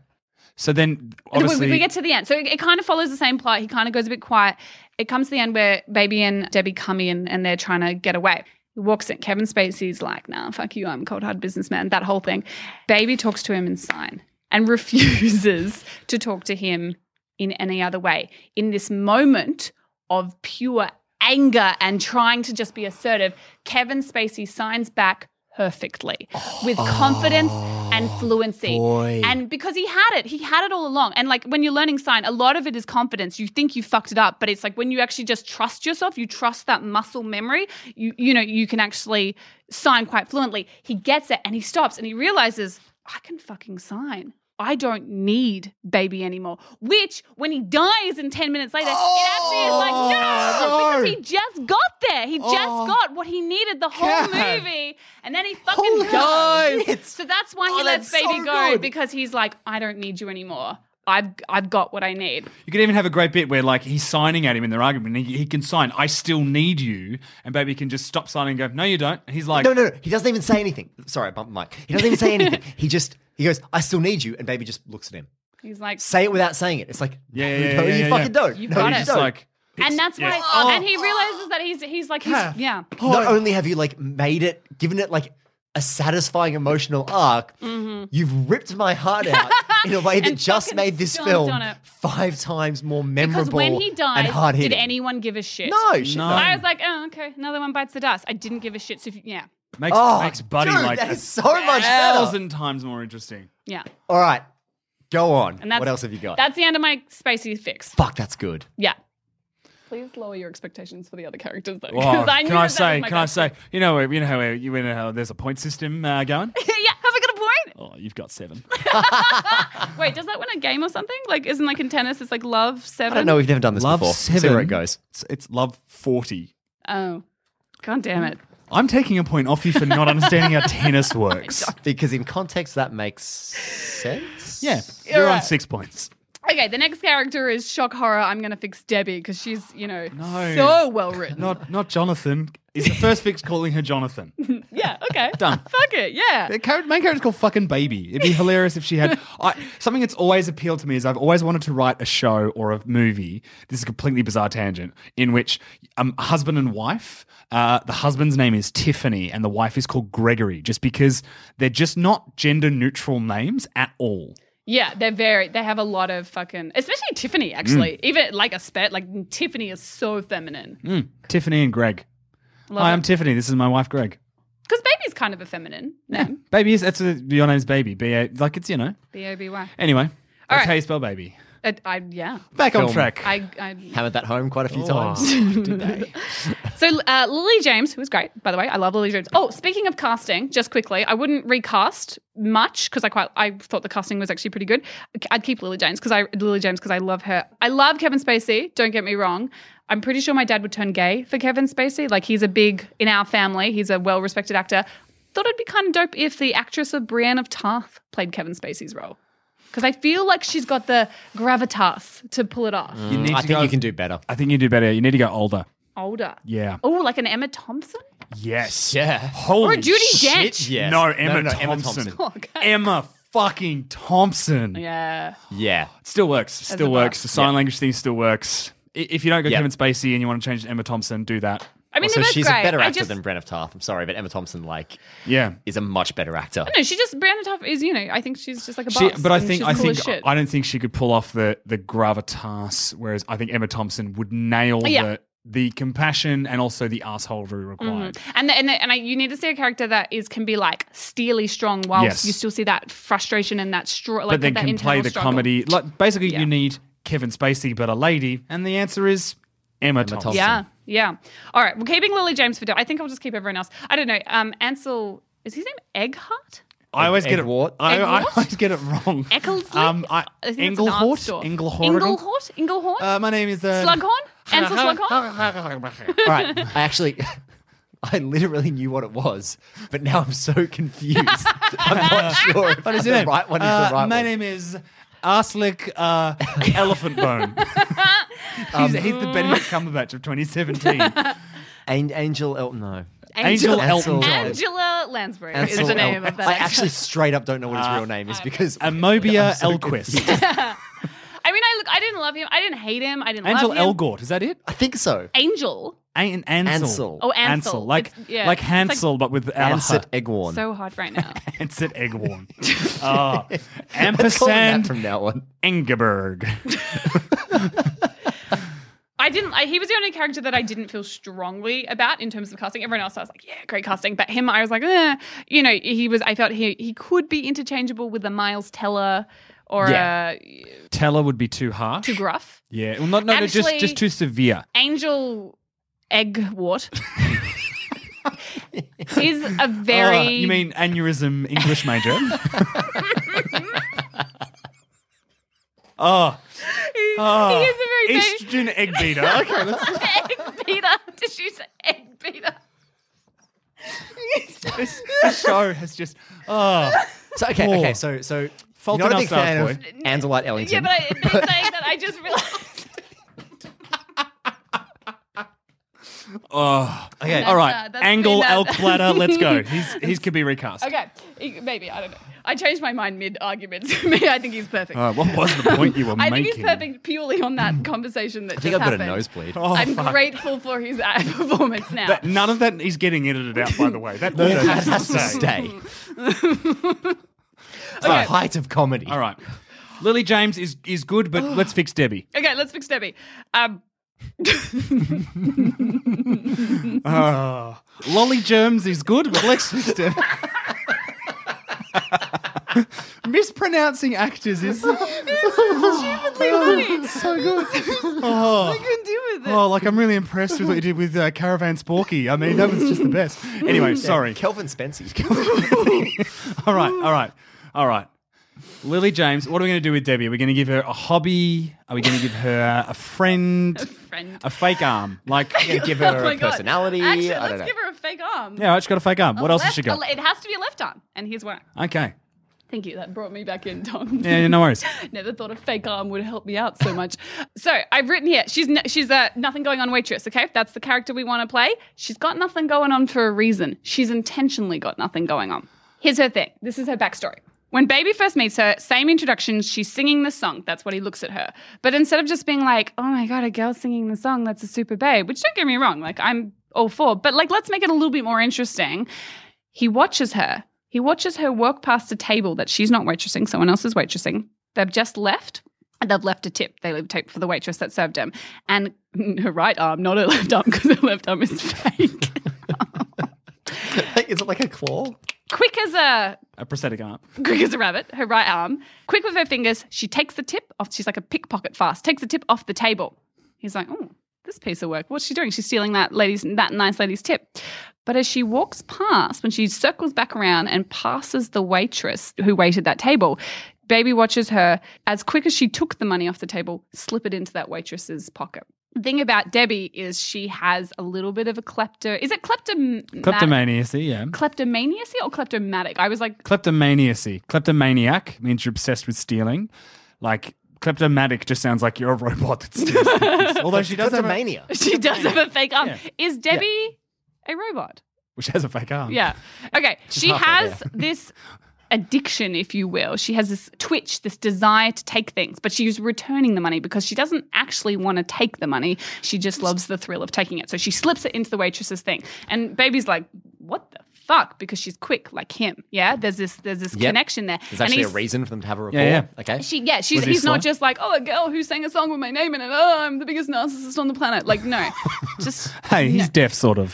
so then
We-
obviously
we, we get to the end. So it, it kind of follows the same plot. He kind of goes a bit quiet. It comes to the end where Baby and Debbie come in and they're trying to get away. He walks in. Kevin Spacey's like, nah, fuck you. I'm a cold hard businessman. That whole thing. Baby talks to him in sign and <laughs> refuses to talk to him in any other way. In this moment of pure anger and trying to just be assertive, Kevin Spacey signs back perfectly with confidence and fluency. And because he had it, he had it all along. And like when you're learning sign, a lot of it is confidence. You think you fucked it up, but it's like when you actually just trust yourself, you trust that muscle memory, you you know, you can actually sign quite fluently. He gets it and he stops and he realizes, I can fucking sign. I don't need baby anymore. Which, when he dies in 10 minutes later, it actually is like,
Oh,
no,
no.
because he just got there. He just got what he needed the whole
God.
movie. And then he fucking
Holy
dies.
shit.
So that's why he
Oh,
lets
that's so
baby go
good.
because he's like, I don't need you anymore. I've, I've got what I need.
You could even have a great bit where like he's signing at him in their argument. And he, he can sign, "I still need you," and baby can just stop signing and go, "No, you don't." And he's like,
no, no, no. He doesn't even say anything. Sorry, I bumped the mic. He doesn't even say anything. he just he goes, "I still need you," and baby just looks at him.
He's like,
Say it without saying it. It's like, <laughs>
Yeah,
no,
yeah,
no,
yeah,
you
yeah,
fucking
yeah.
don't.
You
no,
got
you
it.
don't.
like,
and that's
yeah.
why,
Oh.
and he realizes that he's he's like, he's, yeah,
Not only have you like made it, given it like a satisfying emotional arc, you've ripped my heart out in a
<laughs>
way that
Mm-hmm. And
just
fucking
made this
stomped
film
on it.
five times more memorable
because when he
and
dies,
hard
did
hitting.
anyone give a shit?
No, shit, No. no.
I was like, oh, okay, another one bites the dust. I didn't give a shit. So if you, yeah,
Makes,
Oh,
makes Buddy
dude,
like
that
a
is so much better.
thousand times more
<laughs>
interesting.
yeah,
All right, go on.
and that's
what else have you got?
That's the end of my Spacey fix.
Fuck, that's good.
Yeah. Please lower your expectations for the other characters, though.
Wow.
'cause I knew
can I
that that was
say?
my
Can I
best
say? You know, you know how you know how there's a point system uh, going.
pick. <laughs> yeah, have I got a point?
Oh, you've got seven. Oh.
Wait, does that win a game or something? Like, isn't like in tennis, it's like love seven?
I don't know. We've never done this
<laughs> love
before.
seven.
See where it goes.
It's, it's love forty.
Oh, god damn it!
I'm taking a point off you for not understanding <laughs> how tennis works.
Because in context, that makes sense.
Yeah, you're on
right.
six points.
Okay, the next character is shock horror. I'm gonna fix Debbie because she's you know
No.
so well written.
Not not Jonathan. Is the first fix calling her Jonathan?
<laughs> yeah. Okay.
Done.
Fuck it. Yeah.
The char- main character's called fucking baby. It'd be hilarious if she had I, something that's always appealed to me is I've always wanted to write a show or a movie. This is a completely bizarre tangent in which um, a husband and wife. Uh, the husband's name is Tiffany and the wife is called Gregory, just because they're just not gender neutral names at all.
Yeah. They're very. They have a lot of fucking, especially Tiffany.
Mm.
Actually, even like a spet. Like Tiffany is so feminine.
Mm, Tiffany and Greg.
Love
Hi, I'm Tiffany. This is my wife, Greg.
Because baby's kind of a feminine name.
Baby is that's a, your name's baby. B A like it's you know.
B o b y.
Anyway, that's
right.
how you spell baby.
I, I yeah.
Back on
Film.
track.
I, I
Hammered that home quite a few times.
So uh, Lily James, who was great, by the way, I love Lily James. Oh, speaking of casting, just quickly, I wouldn't recast much because I quite I thought the casting was actually pretty good. I'd keep Lily James because I Lily James because I love her. I love Kevin Spacey. Don't get me wrong. I'm pretty sure my dad would turn gay for Kevin Spacey. Like he's a big in our family. He's a well respected actor. Thought it'd be kind of dope if the actress of Brienne of Tarth played Kevin Spacey's role. Because I feel like she's got the gravitas to pull it off.
you need
I
to
think
go-
you can do better.
I think you do better. You need to go older.
Older.
Yeah.
Oh, like an Emma Thompson?
Yes.
Yeah.
Holy
Or a Judy
shit.
Dench.
yes.
No,
No,
Emma
no, no, Emma
Thompson.
Oh, God.
Emma fucking Thompson.
Yeah.
Yeah.
Still works. Still
a
works.
buff.
The sign language thing still works. I- If you don't go
Yeah.
Kevin Spacey and you want to change to Emma Thompson, do that.
I mean,
so
they're both
she's
great.
a better
I
actor
just-
than Brenna Tarth. I'm sorry, but Emma Thompson like
Yeah.
is a much better actor.
No, she just Brianna Tough is you know. I think she's just like a boss.
She, but I
and
think
she's
I
cool
think
as shit.
I don't think she could pull off the the gravitas, whereas I think Emma Thompson would nail
Yeah. Mm-hmm.
the the compassion and also the assholery required.
and the, and the, and I, you need to see a character that is can be like steely strong, whilst
Yes.
you still see that frustration and that straw. Like
but then
that
can play
internal
the
struggle.
comedy. Like basically,
Yeah.
you need Kevin Spacey but a lady, and the answer is Emma, Thompson.
Yeah, yeah. All right, we're keeping Lily James for. Del- I think I'll just keep everyone else. I don't know. Um, Ansel is his name Egghart.
I always get it.
Edward?
I, I
Edward?
always get it wrong.
Eccles.
Um, I,
I think that's an art
Englehort.
store.
Englehort.
Inglehort. Inglehort.
Uh, my name is uh,
Slughorn. Ansel Slughorn.
Slughorn.
All right.
<laughs>
I actually, <laughs> I literally knew what it was, but now I'm so
<laughs>
confused. I'm not sure if
What is
the
your name?
right one is
Uh,
the right
my
one.
name is Arslick uh, Elephant
<laughs>
Bone. Um, he's, he's the Benedict Cumberbatch of 2017.
An- Angel Elton. No.
<laughs> Angel
Ansel.
Elton John.
Angel-
Angela Lansbury
Ansel Ah.
is the name
Elton.
of that.
I
actress.
actually straight up don't know what his real name
Ah.
is because
Amobia
I'm so confused.
Elquist.
I mean, I look. I didn't love him. I didn't hate him. I
<laughs>
didn't
Angel
love him.
Elgort. Is that it?
I think so.
Angel.
An- Ansel.
Ansel.
Oh, Ansel.
Like,
It's- yeah.
like
It's like-
Hansel, but with
Ansett
<laughs> Ansel.
Egwon.
So hard right now.
Ansel
<laughs>
Eggworm. Ah,
Let's call him that from
ampersand
now on.
Engeberg.
I didn't. I, he was the only character that I didn't feel strongly about in terms of casting. Everyone else, I was like, yeah, great casting. But him, I was like, eh. you know, he was. I felt he he could be interchangeable with a Miles Teller or
Yeah.
a
Teller would be too harsh.
too gruff.
Yeah. Well, not, no, no, just,
Actually-
just too severe.
Angel
<laughs>
Eggwart is a very.
Oh, you mean aneurysm English
<laughs>
major? <laughs> oh, oh,
he is a very <laughs>
estrogen egg beater. Okay, let's,
egg beater. Did you say egg beater?
this, this show has just oh,
So okay,
Poor.
okay. So so
Fault
you're
in
not
Our
a big
Stars,
fan of
boy.
Angelite Ellington.
Yeah, but I, been
<laughs>
saying that I just realized.
Oh,
Okay.
all <laughs> right.
That's, uh, that's
Angle,
been, uh,
elk bladder. Let's
<laughs>
go. He's he's could be recast.
<laughs> Okay, e- maybe I don't know. I changed my mind mid <laughs> argument. maybe I think he's perfect.
Uh, what was the point you were
<laughs> I
making?
think he's perfect purely
<laughs>
on that conversation that
I think
just
I've got a
happened.
nosebleed. Oh,
I'm
fuck.
grateful for his uh, <laughs> performance now.
That- none of that is getting edited out, by the way. <laughs> That
No,
all
that
has to
has to
stay.
stay. It's the height of comedy.
All right. Lily James is is good,
<gasps>
but let's fix Debbie.
Okay, let's fix Debbie. Um,
Oh. Lolly Germs is good, but let's fix Debbie. Mispronouncing actors
<laughs>
is
stupidly funny.
<laughs> so good. Oh.
I couldn't deal with it.
Oh, like I'm really impressed with what you did with uh, Caravan Sporky. I mean, that was just the best. Anyway,
Yeah,
sorry.
Kelvin Spencer's
all right, all right, all right. Lily James, what are we going to do with Debbie? Are we going to give her a hobby? Are we going to give her a friend? A
<laughs> friend.
A fake arm?
<laughs>
Like
give her
oh my
a
God.
personality.
Actually,
I
let's
don't know.
give her a fake arm.
Yeah, I just got a fake arm.
A
What else has
left-
she got?
a le- It has to be a left arm, and here's why.
Okay.
Thank you. That brought me back in, Tom.
Yeah, yeah, no worries.
Never thought a fake arm would help me out so much. So I've written here. She's n- she's a nothing going on waitress. Okay, if that's the character we want to play. She's got nothing going on for a reason. She's intentionally got nothing going on. Here's her thing. This is her backstory. When Baby first meets her, same introduction, she's singing the song. That's what he looks at her. But instead of just being like, oh my God, a girl singing the song, that's a super babe, which don't get me wrong, like I'm all for, but like let's make it a little bit more interesting. He watches her. He watches her walk past a table that she's not waitressing, someone else is waitressing. They've just left. and They've left a tip. They leave a tip for the waitress that served him. And <laughs> her right arm, not her left arm, because her left arm is <laughs> fake.
<laughs> is it like a claw?
Quick as a
A prosthetic arm.
quick as a rabbit, her right arm. Quick with her fingers, she takes the tip off. She's like a pickpocket fast. Takes the tip off the table. He's like, oh, this piece of work. What's she doing? She's stealing that lady's that nice lady's tip. But as she walks past, when she circles back around and passes the waitress who waited that table, baby watches her as quick as she took the money off the table, slip it into that waitress's pocket. The thing about Debbie is she has a little bit of a klepto. Is it kleptom-
Kleptomaniacy, yeah.
Kleptomaniacy or kleptomatic? I was like,
Kleptomaniacy. Kleptomaniac means you're obsessed with stealing. Like, kleptomatic just sounds like you're a robot that steals
<laughs>
things. Although she does have a,
mania.
She does have a fake arm.
Yeah.
Is Debbie a robot?
Which has a fake arm.
Yeah.
<laughs>
Okay.
She's
she
halfway
has
there.
this addiction, if you will. She has this twitch, this desire to take things, but she's returning the money because she doesn't actually want to take the money. She just loves the thrill of taking it. So she slips it into the waitress's thing. And baby's like, what the fuck? Because she's quick like him. Yeah. There's this there's this
Yep.
connection there.
There's actually a
he's-
reason for them to have a rapport.
Yeah,
Okay.
she, yeah, she's,
Was he
he's not
slow?
just like, oh, a girl who sang a song with my name in it. Oh, I'm the biggest narcissist on the planet. Like,
<laughs>
no, just
Hey, he's deaf, sort
<laughs>
of.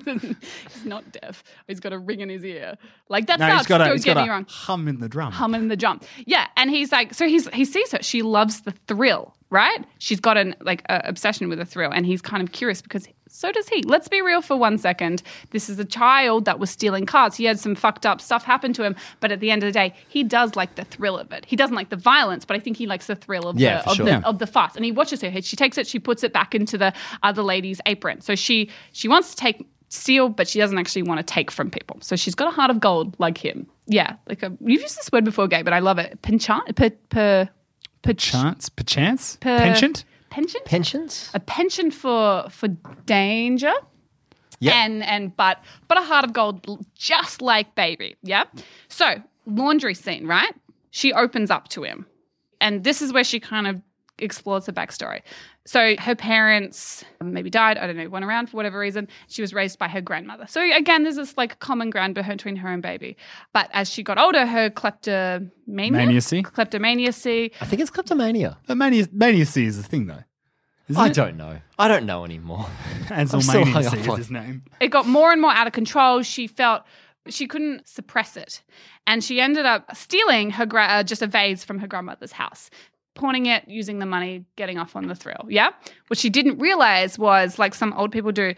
he's not deaf. He's got a ring in his ear. Like that
no,
sucks.
he's got a,
Don't
he's
get
got
me
a
wrong.
hum in the drum.
Hum and the jump. Yeah, and he's like, so he's he sees her. She loves the thrill, right? She's got an like a obsession with a thrill, and he's kind of curious because so does he. Let's be real for one second. This is a child that was stealing cars. He had some fucked up stuff happen to him, but at the end of the day, he does like the thrill of it. He doesn't like the violence, but I think he likes the thrill of
Yeah,
the,
for
of
sure.
the
Yeah.
of the fast and he watches her she takes it she puts it back into the other lady's apron so she she wants to take steal but she doesn't actually want to take from people so she's got a heart of gold like him yeah like a, you've used this word before gay but i love it penchant per, per, per,
Chance? Perchance?
per-
Penchant?
penchant
Pensions?
a penchant for for danger
Yep.
and and but but a heart of gold l- just like baby yeah so laundry scene right she opens up to him and this is where she kind of explores her backstory so her parents um, maybe died i don't know went around for whatever reason she was raised by her grandmother so again there's this like common ground between her and baby but as she got older her kleptomania
Maniacy?
kleptomaniacy
I think it's kleptomania.
But mania, maniacy is a thing, though. Isn't
I
it?
don't know. I don't know <laughs> anymore.
Ansel
I'm still hung
Maniacy
up
is
on-
his name.
it got more and more out of control. She felt she couldn't suppress it. And she ended up stealing her gra- uh, just a vase from her grandmother's house, pawning it, using the money, getting off on the thrill. Yeah. What she didn't realize was, like some old people do,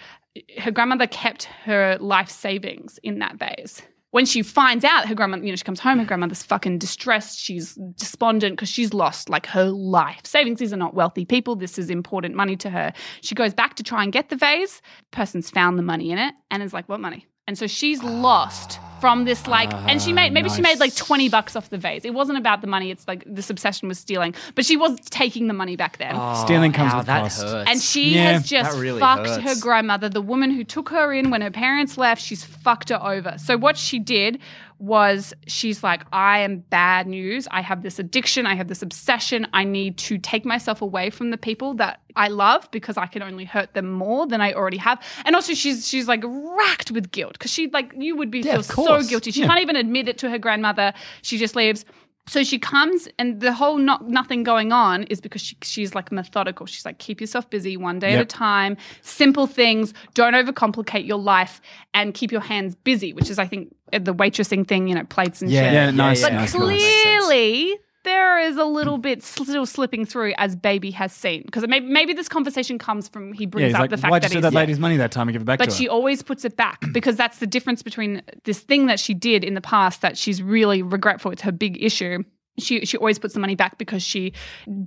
her grandmother kept her life savings in that vase. When she finds out her grandmother, you know, she comes home, her grandmother's fucking distressed. She's despondent because she's lost like her life savings. These are not wealthy people. This is important money to her. She goes back to try and get the vase. Person's found the money in it and is like, what money? And so she's lost from this like and she made maybe she made like 20 bucks off the vase. It wasn't about the money, it's like this obsession with stealing, but she was taking the money back then.
Stealing comes
Oh, ow,
with
that
cost.
hurts.
And she
Yeah.
has just
That really
fucked
hurts.
her grandmother, the woman who took her in when her parents left. She's fucked her over. So what she did was she's like, I am bad news. I have this addiction. I have this obsession. I need to take myself away from the people that I love because I can only hurt them more than I already have. And also she's she's like racked with guilt because she like you would be
Yeah,
feel
of
so
course.
guilty. She
Yeah.
can't even admit it to her grandmother. She just leaves. So she comes, and the whole not nothing going on is because she, she's like methodical. She's like, keep yourself busy one day at a
Yep.
time, simple things. Don't overcomplicate your life, and keep your hands busy, which is, I think, uh, the waitressing thing. You know, plates and
Yeah,
shit.
yeah, nice,
But
nice, nice.
clearly, there is a
Mm.
little bit still slipping through as baby has seen because maybe, maybe this conversation comes from he
Yeah,
brings
he's
up
like,
the fact
why'd
that
you
he's
take that lady's money that time and give it back
but
to her?
she always puts it
<clears throat>
back because that's the difference between this thing that she did in the past that she's really regretful. It's her big issue. She she always puts the money back because she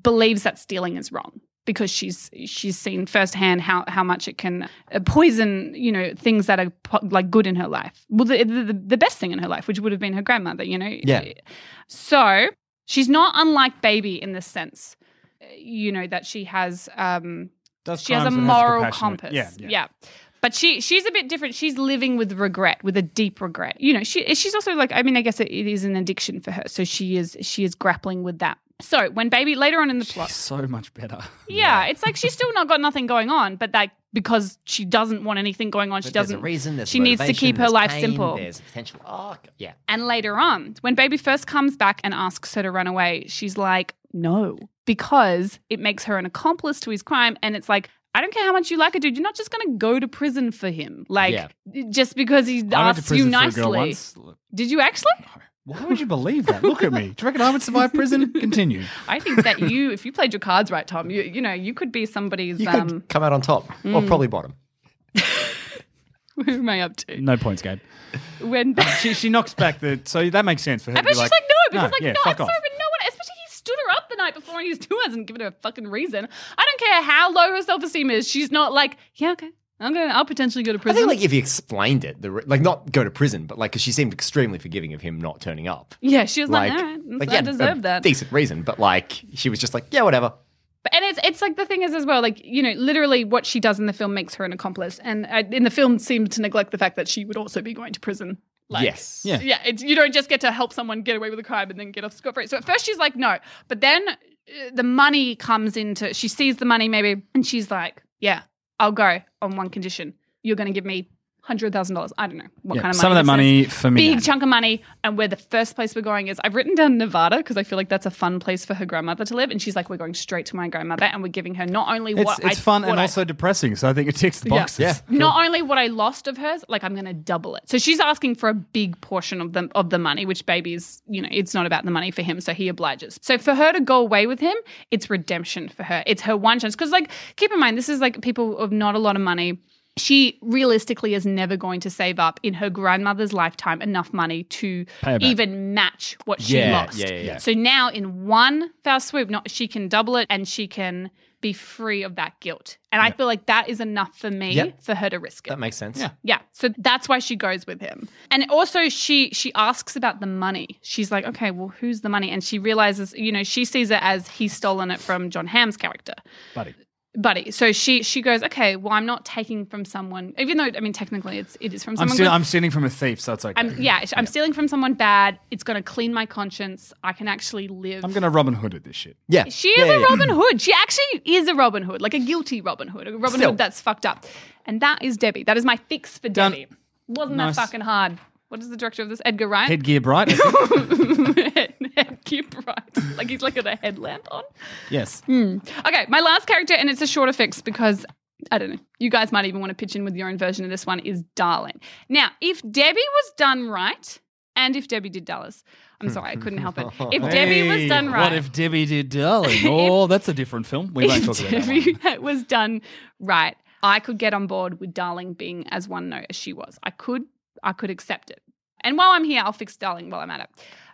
believes that stealing is wrong because she's she's seen firsthand how how much it can uh, poison you know things that are po- like good in her life. Well, the, the the best thing in her life, which would have been her grandmother, you know.
Yeah.
So she's not unlike baby in this sense, uh, you know, that she has um,
Does
she has a
crimes and has a
moral
compassionate-
compass.
yeah, yeah.
yeah. But she she's a bit different. She's living with regret, with a deep regret. You know, she she's also like I mean, I guess it, it is an addiction for her. So she is she is grappling with that. So when baby later on in the plot,
She's so much better.
yeah, it's like she's still not got nothing going on, but like because she doesn't want anything going on, she
But
doesn't.
There's a reason. There's
she needs to
motivation,
keep her
there's
life
pain,
simple.
There's a potential arc. Yeah.
And later on, when baby first comes back and asks her to run away, she's like, no, because it makes her an accomplice to his crime. And it's like, I don't care how much you like a dude, you're not just going to go to prison for him. Like, just because
I
he
went to
asks you
prison for a
nicely.
girl once.
Did
<laughs>
you actually?
Why would you believe that? Look at me. Do you reckon I would survive prison? Continue.
I think that you, if you played your cards right, Tom, you you know you could be somebody's.
You
Um, <laughs>
could come out on top, or
mm.
probably bottom.
who am I up to?
No points, Gabe. <laughs>
When
She she knocks back the so that makes sense for her.
I
to
bet
be
she's like, no, because
"No,
like,
yeah,
no, I'm
fuck
sorry,
off.
but no one, especially he stood her up the night before and he still hasn't given her a fucking reason. I don't care how low her self esteem is. She's not like, yeah, okay, I'm gonna, I'll potentially go to
I
prison.
think like if he explained it, the re- like not go to prison, but like because she seemed extremely forgiving of him not turning up.
yeah, she was like,
Like,
all right,
like,
I
yeah,
deserve
a
that.
decent reason, but like she was just like, yeah, whatever.
But- And it's it's like the thing is as well, like you know, literally what she does in the film makes her an accomplice, and uh, in the film seemed to neglect the fact that she would also be going to prison. Like,
yes,
Yeah.
yeah, it's, you don't just get to help someone get away with a crime and then get off scot free. So at first she's like, no, but then uh, the money comes into. She sees the money maybe, and she's like, yeah, I'll go on one condition: you're going to give me hundred thousand dollars. I don't know what
Yeah,
kind of money
some of that
this
money
is.
for me.
Big chunk of money, and where the first place we're going is I've written down Nevada because I feel like that's a fun place for her grandmother to live, and she's like, we're going straight to my grandmother, and we're giving her not only
It's
what
it's
I,
fun
what
and
I-
also depressing, so I think it ticks the
Yeah.
boxes.
Yeah.
not only what I lost of hers, like I'm going to double it. So she's asking for a big portion of the of the money, which baby's, you know, it's not about the money for him, so he obliges. So for her to go away with him, it's redemption for her. It's her one chance because, like, keep in mind, this is like people of not a lot of money. She realistically is never going to save up in her grandmother's lifetime enough money to
Pay her back.
even match what she
Yeah,
lost.
yeah, yeah, yeah.
So now in one foul swoop, not she can double it and she can be free of that guilt. And I feel like that is enough for me
Yep.
for her to risk it.
that makes sense.
Yeah.
yeah. So that's why she goes with him. And also she she asks about the money. She's like, "Okay, well, who's the money?" And she realizes, you know, she sees it as he's stolen it from John Hamm's character
<laughs> buddy.
buddy. So she she goes, okay, well, I'm not taking from someone, even though I mean technically it's it is from
I'm
someone.
stealing,
good.
I'm stealing from a thief, so it's okay.
I'm- yeah, I'm stealing from someone bad. It's going to clean my conscience. I can actually live.
I'm gonna Robin Hood at this shit.
yeah.
She
Yeah,
is
yeah,
a
yeah.
Robin Hood. She actually is a Robin Hood, like a guilty Robin Hood, a Robin
Still.
Hood that's fucked up. And that is Debbie. That is my fix for
Done.
Debbie. Wasn't
Nice.
that fucking hard? What is the director of this? Edgar Wright.
Headgear bright. I think.
<laughs> Edgar Wright. Like he's like got a headlamp on.
yes.
Okay, my last character, and it's a shorter fix because I don't know. You guys might even want to pitch in with your own version of this one. Is Darling. Now, if Debbie was done right, and if Debbie did Dallas,
<laughs>
I'm sorry, I couldn't help it. If Debbie was
Hey,
done right,
What if Debbie did
<laughs>
darling? Oh, that's a different film. We won't
if
talk about that. one.
Debbie was done right, I could get on board with Darling being as one note as she was. I could, I could accept it. And while I'm here, I'll fix Darling while I'm at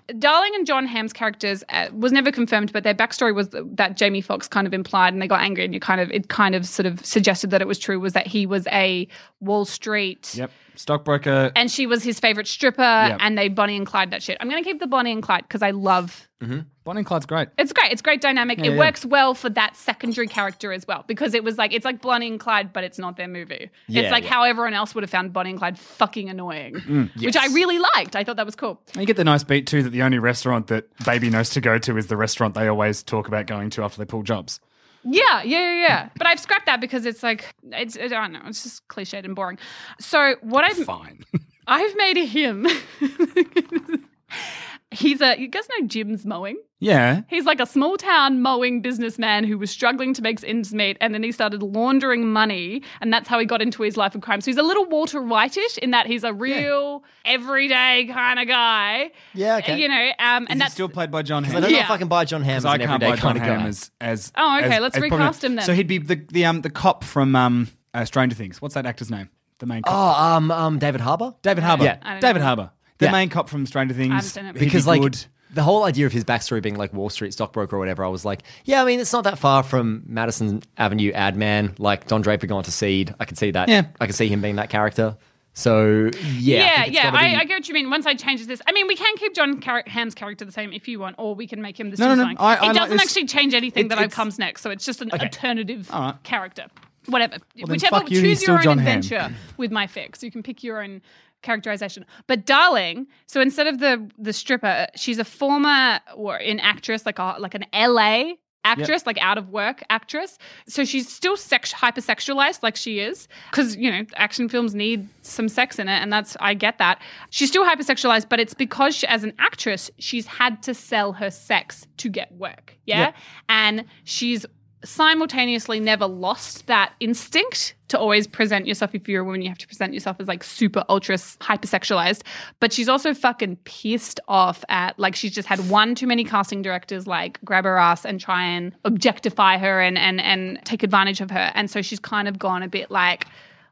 it. Darling and John Hamm's characters uh, was never confirmed, but their backstory was that Jamie Foxx kind of implied, and they got angry, and you kind of it kind of sort of suggested that it was true was that he was a Wall Street
Yep. Stockbroker.
And she was his favorite stripper,
Yep.
and they Bonnie and Clyde that shit. I'm going to keep the Bonnie and Clyde because I love
Mhm. Bonnie and Clyde's great.
It's great. It's great dynamic.
Yeah,
it
yeah.
works well for that secondary character as well because it was like it's like Bonnie and Clyde, but it's not their movie.
Yeah,
it's like
yeah.
how everyone else would have found Bonnie and Clyde fucking annoying,
Mm,
which I
yes.
really liked. I thought that was cool.
And you get the nice beat too that the only restaurant that Baby knows to go to is the restaurant they always talk about going to after they pull jobs.
Yeah, yeah, yeah,
<laughs>
yeah. But I've scrapped that because it's like it's I don't know. It's just cliched and boring. So what I've
fine.
I've made him. <laughs> He's a you guys know Jim's mowing.
<laughs> Yeah.
He's like a small town mowing businessman who was struggling to make ends meet, and then he started laundering money, and that's how he got into his life of crime. So he's a little Walter Whiteish in that he's a real everyday kind of guy.
Yeah,
okay.
You know, um,
Is
and
he
that's
still played by John
Because
Hamm?
I don't know if I can buy John Hamm as
Because
an
I can't
everyday
buy
kind
John
of guy.
Hamm as, as
Oh, okay,
as-
let's
as prominent.
recast him then.
So he'd be the the um the cop from um uh, Stranger Things. What's that actor's name? The main cop.
Oh, um, um, David Harbour.
David Harbour.
Yeah. I don't
David
know.
Harbour. The
Yeah.
main cop from Stranger Things.
seen it.
He'd be
Because like
good.
the whole idea of his backstory being like Wall Street stockbroker or whatever, I was like, yeah, I mean, it's not that far from Madison Avenue ad man, like Don Draper going to seed. I could see that.
Yeah.
I could see him being that character. So yeah,
yeah,
I think it's
yeah.
gotta
I,
be-
I get what you mean. Once I change this, I mean, we can keep John Car- Ham's character the same if you want, or we can make him the
No, no, no.
storyline.
I- I
It
like
doesn't
this.
actually change anything
It-
that
it's-
comes next, so it's just an alternative
All right.
character. Whatever,
then
whichever.
fuck you, he's
choose
still
your own
John Hamm.
adventure <laughs> with my fix. You can pick your own characterization. But darling, so instead of the the stripper, she's a former or an actress, like a like an LA actress, like out of work actress. So she's still sex hypersexualized, like she is, because you know action films need some sex in it, and that's I get that. She's still hypersexualized, but it's because she, as an actress, she's had to sell her sex to get work.
Yeah.
yeah? and she's simultaneously never lost that instinct to always present yourself if you're a woman you have to present yourself as like super ultra s- hypersexualized but she's also fucking pissed off at like she's just had one too many casting directors like grab her ass and try and objectify her and and and take advantage of her and so she's kind of gone a bit like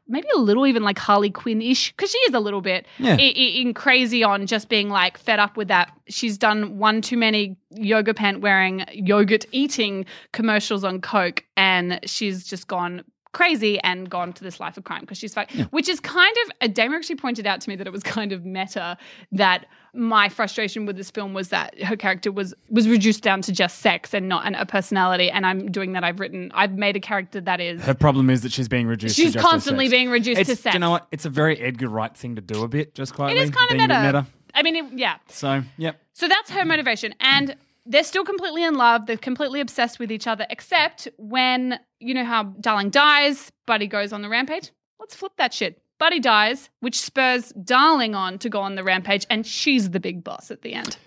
maybe a little even like Harley Quinn ish because she is a little bit
Yeah.
i- i- in crazy on just being like fed up with that. She's done one too many yoga pant wearing, yogurt eating commercials on Coke, and she's just gone crazy and gone to this life of crime because she's fucked. Which is kind of uh, Dama actually pointed out to me that it was <laughs> kind of meta that my frustration with this film was that her character was was reduced down to just sex and not an, a personality. And I'm doing that. I've written. I've made a character that is
Her problem is that she's being reduced.
She's
to just her
constantly
sex.
being reduced
It's-
to sex.
Do you know what? It's a very Edgar Wright thing to do a bit, just
It
quietly.
is kind of
being a
meta.
bit
I mean, it, yeah.
So, yep.
So that's her motivation. And they're still completely in love. They're completely obsessed with each other, except when, you know how Darling dies, Buddy goes on the rampage. Let's flip that shit. Buddy dies, which spurs Darling on to go on the rampage, and she's the big boss at the end.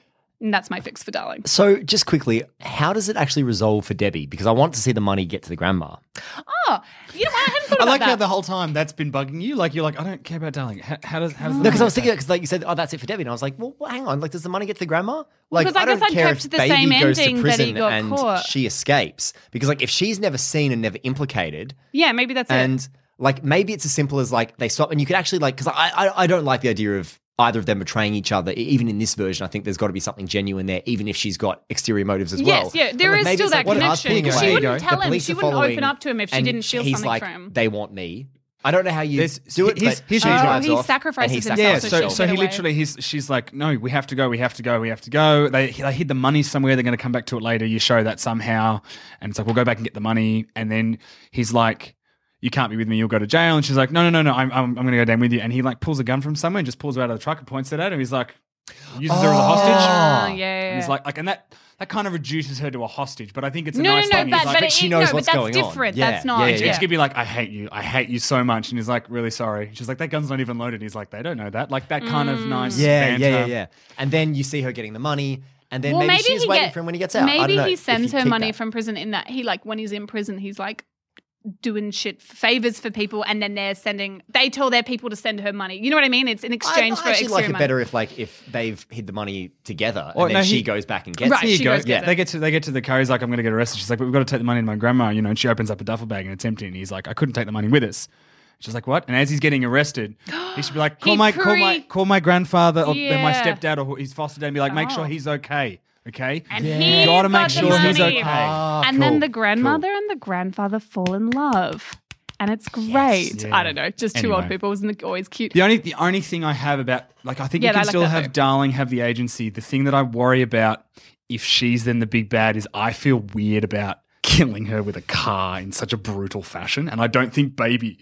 And that's my fix for Darling.
So just quickly, how does it actually resolve for Debbie? Because I want to see the money get to the grandma.
Oh, you know what? I hadn't thought
I
about
like
that.
how the whole time that's been bugging you. Like you're like, I don't care about darling. How, how does how does
No,
the
because I was
money
thinking because like you said, oh, that's it for Debbie, and I was like, well, well, hang on, like does the money get to the grandma? Like
Because I guess
don't
I'd
care
kept
if
the
baby
same
goes
ending
to
that he
prison
got
and
caught.
she escapes because like if she's never seen and never implicated,
yeah, maybe that's
and
it.
like maybe it's as simple as like they stop and you could actually like because I, I I don't like the idea of either of them betraying each other E- even in this version i think there's got to be something genuine there even if she's got exterior motives as well
Yes, yeah,
But,
there
like,
is
maybe
still
it's like,
that
what an
connection.
ass being
She
away.
wouldn't
The
tell him.
police
She
are
wouldn't open
following
up to him if she
and
didn't feel
he's
something
like,
for him.
they want me i don't know how you
There's-
do it
he's-
but
he's-
she
Oh,
drives
he
off, and
sacrifices himself
Yeah,
sacrifices
so
so
she'll
so
get
he
away.
literally he's she's like, no, we have to go, we have to go, we have to go. They they hid the money somewhere. They're going to come back to it later. You show that somehow, and it's like we'll go back and get the money. And then he's like, you can't be with me. You'll go to jail. And she's like, no, no, no, no. I'm I'm, I'm going to go down with you. And he like pulls a gun from somewhere and just pulls her out of the truck and points it at him. He's like, uses her as a hostage.
Oh, yeah,
And he's
yeah.
like, like, and that that kind of reduces her to a hostage. But I think it's a
No, no,
nice
no,
thing. He's
but-
like,
but it
she
is-
knows
no,
what's
that's
going on.
different.
Yeah,
That's not-
yeah,
She
yeah.
could be like, I hate you. I hate you so much. And he's like, really sorry. She's like, that gun's not even loaded. He's like, they don't know that. Like that kind
Mm.
of nice.
yeah, yeah, yeah,
banter.
yeah. And then you see her getting the money, and then maybe, she's
he
waiting
get-
for him when he gets out. I
Maybe
don't know
he
if
sends
you
her
keep
money
that.
from prison in that he like when he's in prison, he's like doing shit favors for people, and then they're sending. They tell their people to send her money. You know what I mean? It's in exchange
I,
for
I actually
extra
like it
money.
better if like if they've hid the money together,
Or,
and
no,
then she
he-
goes back and gets
Right,
it.
she goes,
yeah.
gets
They
it.
get to they get to the car. He's like, I'm going to get arrested. She's like, but we've got to take the money to my grandma, you know. And she opens up a duffel bag and it's empty. And he's like, I couldn't take the money with us. She's like, what? And as he's getting arrested, he should be
<gasps>
like, call
He
my call my
pre-
call my grandfather or then my
Yeah.
stepdad or who- his foster dad and be like, make sure
Oh.
he's okay. Okay,
And
You
he
gotta
got
make
the
sure he's
money.
okay.
Ah,
and then
cool,
the grandmother and the grandfather fall in love. and it's great.
yeah.
I don't know, just two old
Anyway.
people wasn't it always cute.
The only the only thing I have about like I think
Yeah,
you can
I like
still
that
have
though.
Darling have the agency. The thing that I worry about if she's then the big bad is I feel weird about killing her with a car in such a brutal fashion, and I don't think Baby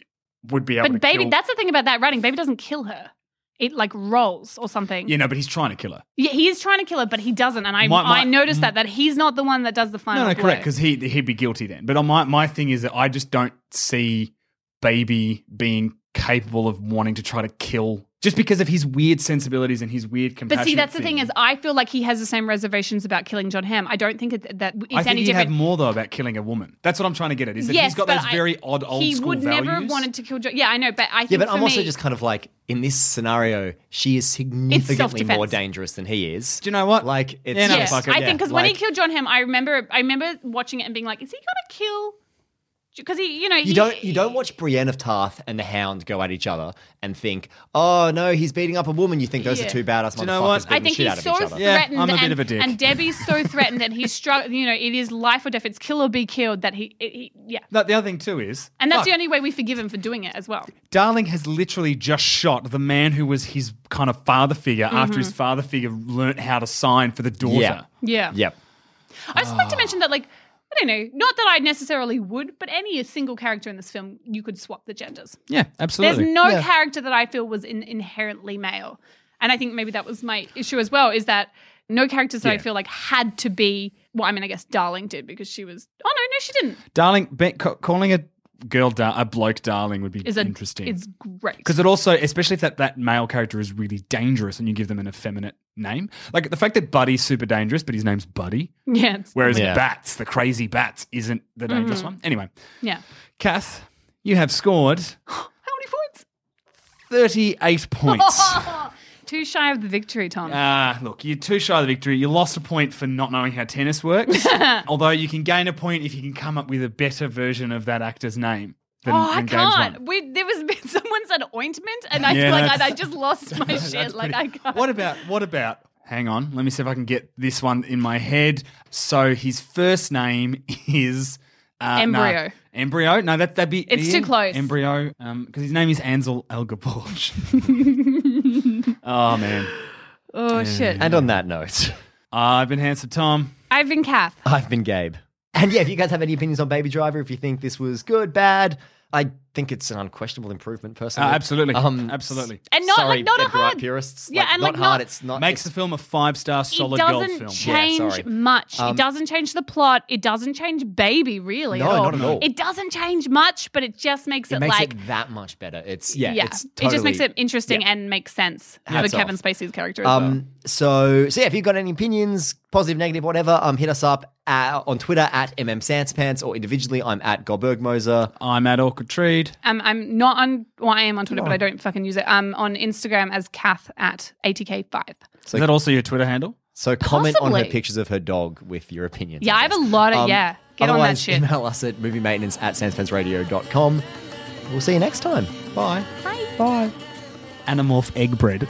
would be able to.
But baby,
kill-
that's the thing about that writing. Baby doesn't kill her. It like rolls or something.
you know, but he's trying to kill her.
Yeah, he is trying to kill her, but he doesn't. And I,
My- my- mm.
I noticed that that he's not the one that does the final.
No, no, correct.
blow.
Because he he'd be guilty then. But on my my thing is that I just don't see Baby being capable of wanting to try to kill just because of his weird sensibilities and his weird compassion.
But see, that's the thing is, I feel like he has the same reservations about killing John Hamm. I don't think it, that it's
I think
any
he'd
different.
have more though about killing a woman. That's what I'm trying to get at. Is that
yes,
he's got
but
those
I-
very odd old
He
school
would
values.
never have wanted to kill John. Yeah, I know, but I think
Yeah, but I'm
for
also
me-
just kind of like in this scenario, she is significantly more dangerous than he is. Do
you know what?
Like, it's
Yeah.
just,
I think because when he killed John Hamm, I remember, I remember watching it and being like, "Is he gonna kill?" Because he, you know,
you
he-
don't you don't watch Brienne of Tarth and the Hound go at each other and think, oh no, he's beating up a woman. You think those
Yeah.
are two badass motherfuckers.
you know what?
beating
I think
the shit
he's so
out of each other.
threatened.
I'm a bit
and,
of a dick.
and Debbie's so threatened that he's struggling. You know, it is life or death. It's kill or be killed. That he, it, he yeah.
No, the other thing too is,
And that's
fuck,
the only way we forgive him for doing it as well.
Darling has literally just shot the man who was his kind of father figure
Mm-hmm.
after his father figure learnt how to sign for the daughter.
Yeah.
Yeah.
Yep.
I just like to mention that, like, I don't know, not that I necessarily would, but any single character in this film, you could swap the genders.
Yeah, absolutely.
There's no character that I feel was in, inherently male. And I think maybe that was my issue as well is that no characters that I
Yeah.
feel like had to be. Well, I mean, I guess Darling did because she was. Oh, no, no, she didn't.
Darling, be, ca- calling a girl dar- a bloke darling would be
Is a,
interesting.
It's great. <laughs>
Because it also, especially if that, that male character is really dangerous and you give them an effeminate name. Like the fact that Buddy's super dangerous, but his name's Buddy.
Yeah. it's-
Whereas
Yeah.
Bats, the crazy Bats, isn't the dangerous
Mhm.
one. Anyway,
Yeah.
Kath, you have scored
How many points? <laughs> Oh,
38 points.
Too shy of the victory, Tom.
Ah, look, you're too shy of the victory. You lost a point for not knowing how tennis
<laughs>
works. Although you can gain a point if you can come up with a better version of that actor's name than,
oh, I
than James
can't.
One.
We, there was <laughs> someone said ointment, and I
Yeah,
feel like I,
that's-
I
<laughs>
just lost my shit. Like I can't.
What about what about? Hang on, let me see if I can get this one in my head. So his first name is uh, no.
Embryo.
embryo? No, that that'd be
It's too close.
Embryo, because his name is Ansel
<laughs>
Elgaborg. oh man,
Oh shit!
And on that note,
I've been handsome Tom.
I've been Kath.
I've been Gabe. And yeah, if you guys have any opinions on Baby Driver, if you think this was good, bad, I think it's an unquestionable improvement personally. Um,
Uh, absolutely. Absolutely.
And not-
sorry,
like, not a
Edgar Wright
hard-
purists.
Yeah,
like,
and,
not
like,
hard.
not-
It's not
Makes the
it's-
film a five star solid
it
gold
doesn't
film.
Yeah,
change
sorry.
much.
Um,
it doesn't change the plot. It doesn't change baby really
No,
at all.
not at all.
It doesn't change much, but it just makes it,
it makes
like
it that much better. It's yeah, it's
it just makes
totally-
it interesting and makes sense for
Hats off.
Kevin Spacey's character. As well.
Um, so, so yeah, if you've got any opinions, positive, negative, whatever, um, hit us up at, on Twitter at mmsanspants or individually, I'm at Goldbergmoser.
I'm at Orchid Trade.
Um, I'm not on. Well, I am on Twitter, but I don't fucking use it. I'm on Instagram as Kath at ATK5.
Is that also your Twitter handle?
So comment on her
Possibly.
pictures of her dog with your opinions.
Yeah, I have a
guess.
lot of- yeah. Get on that
otherwise,
shit.
email us at moviemaintenance at sansfansradio.com. We'll see you next time. Bye.
Bye.
Bye.
Anamorph egg bread.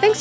Thanks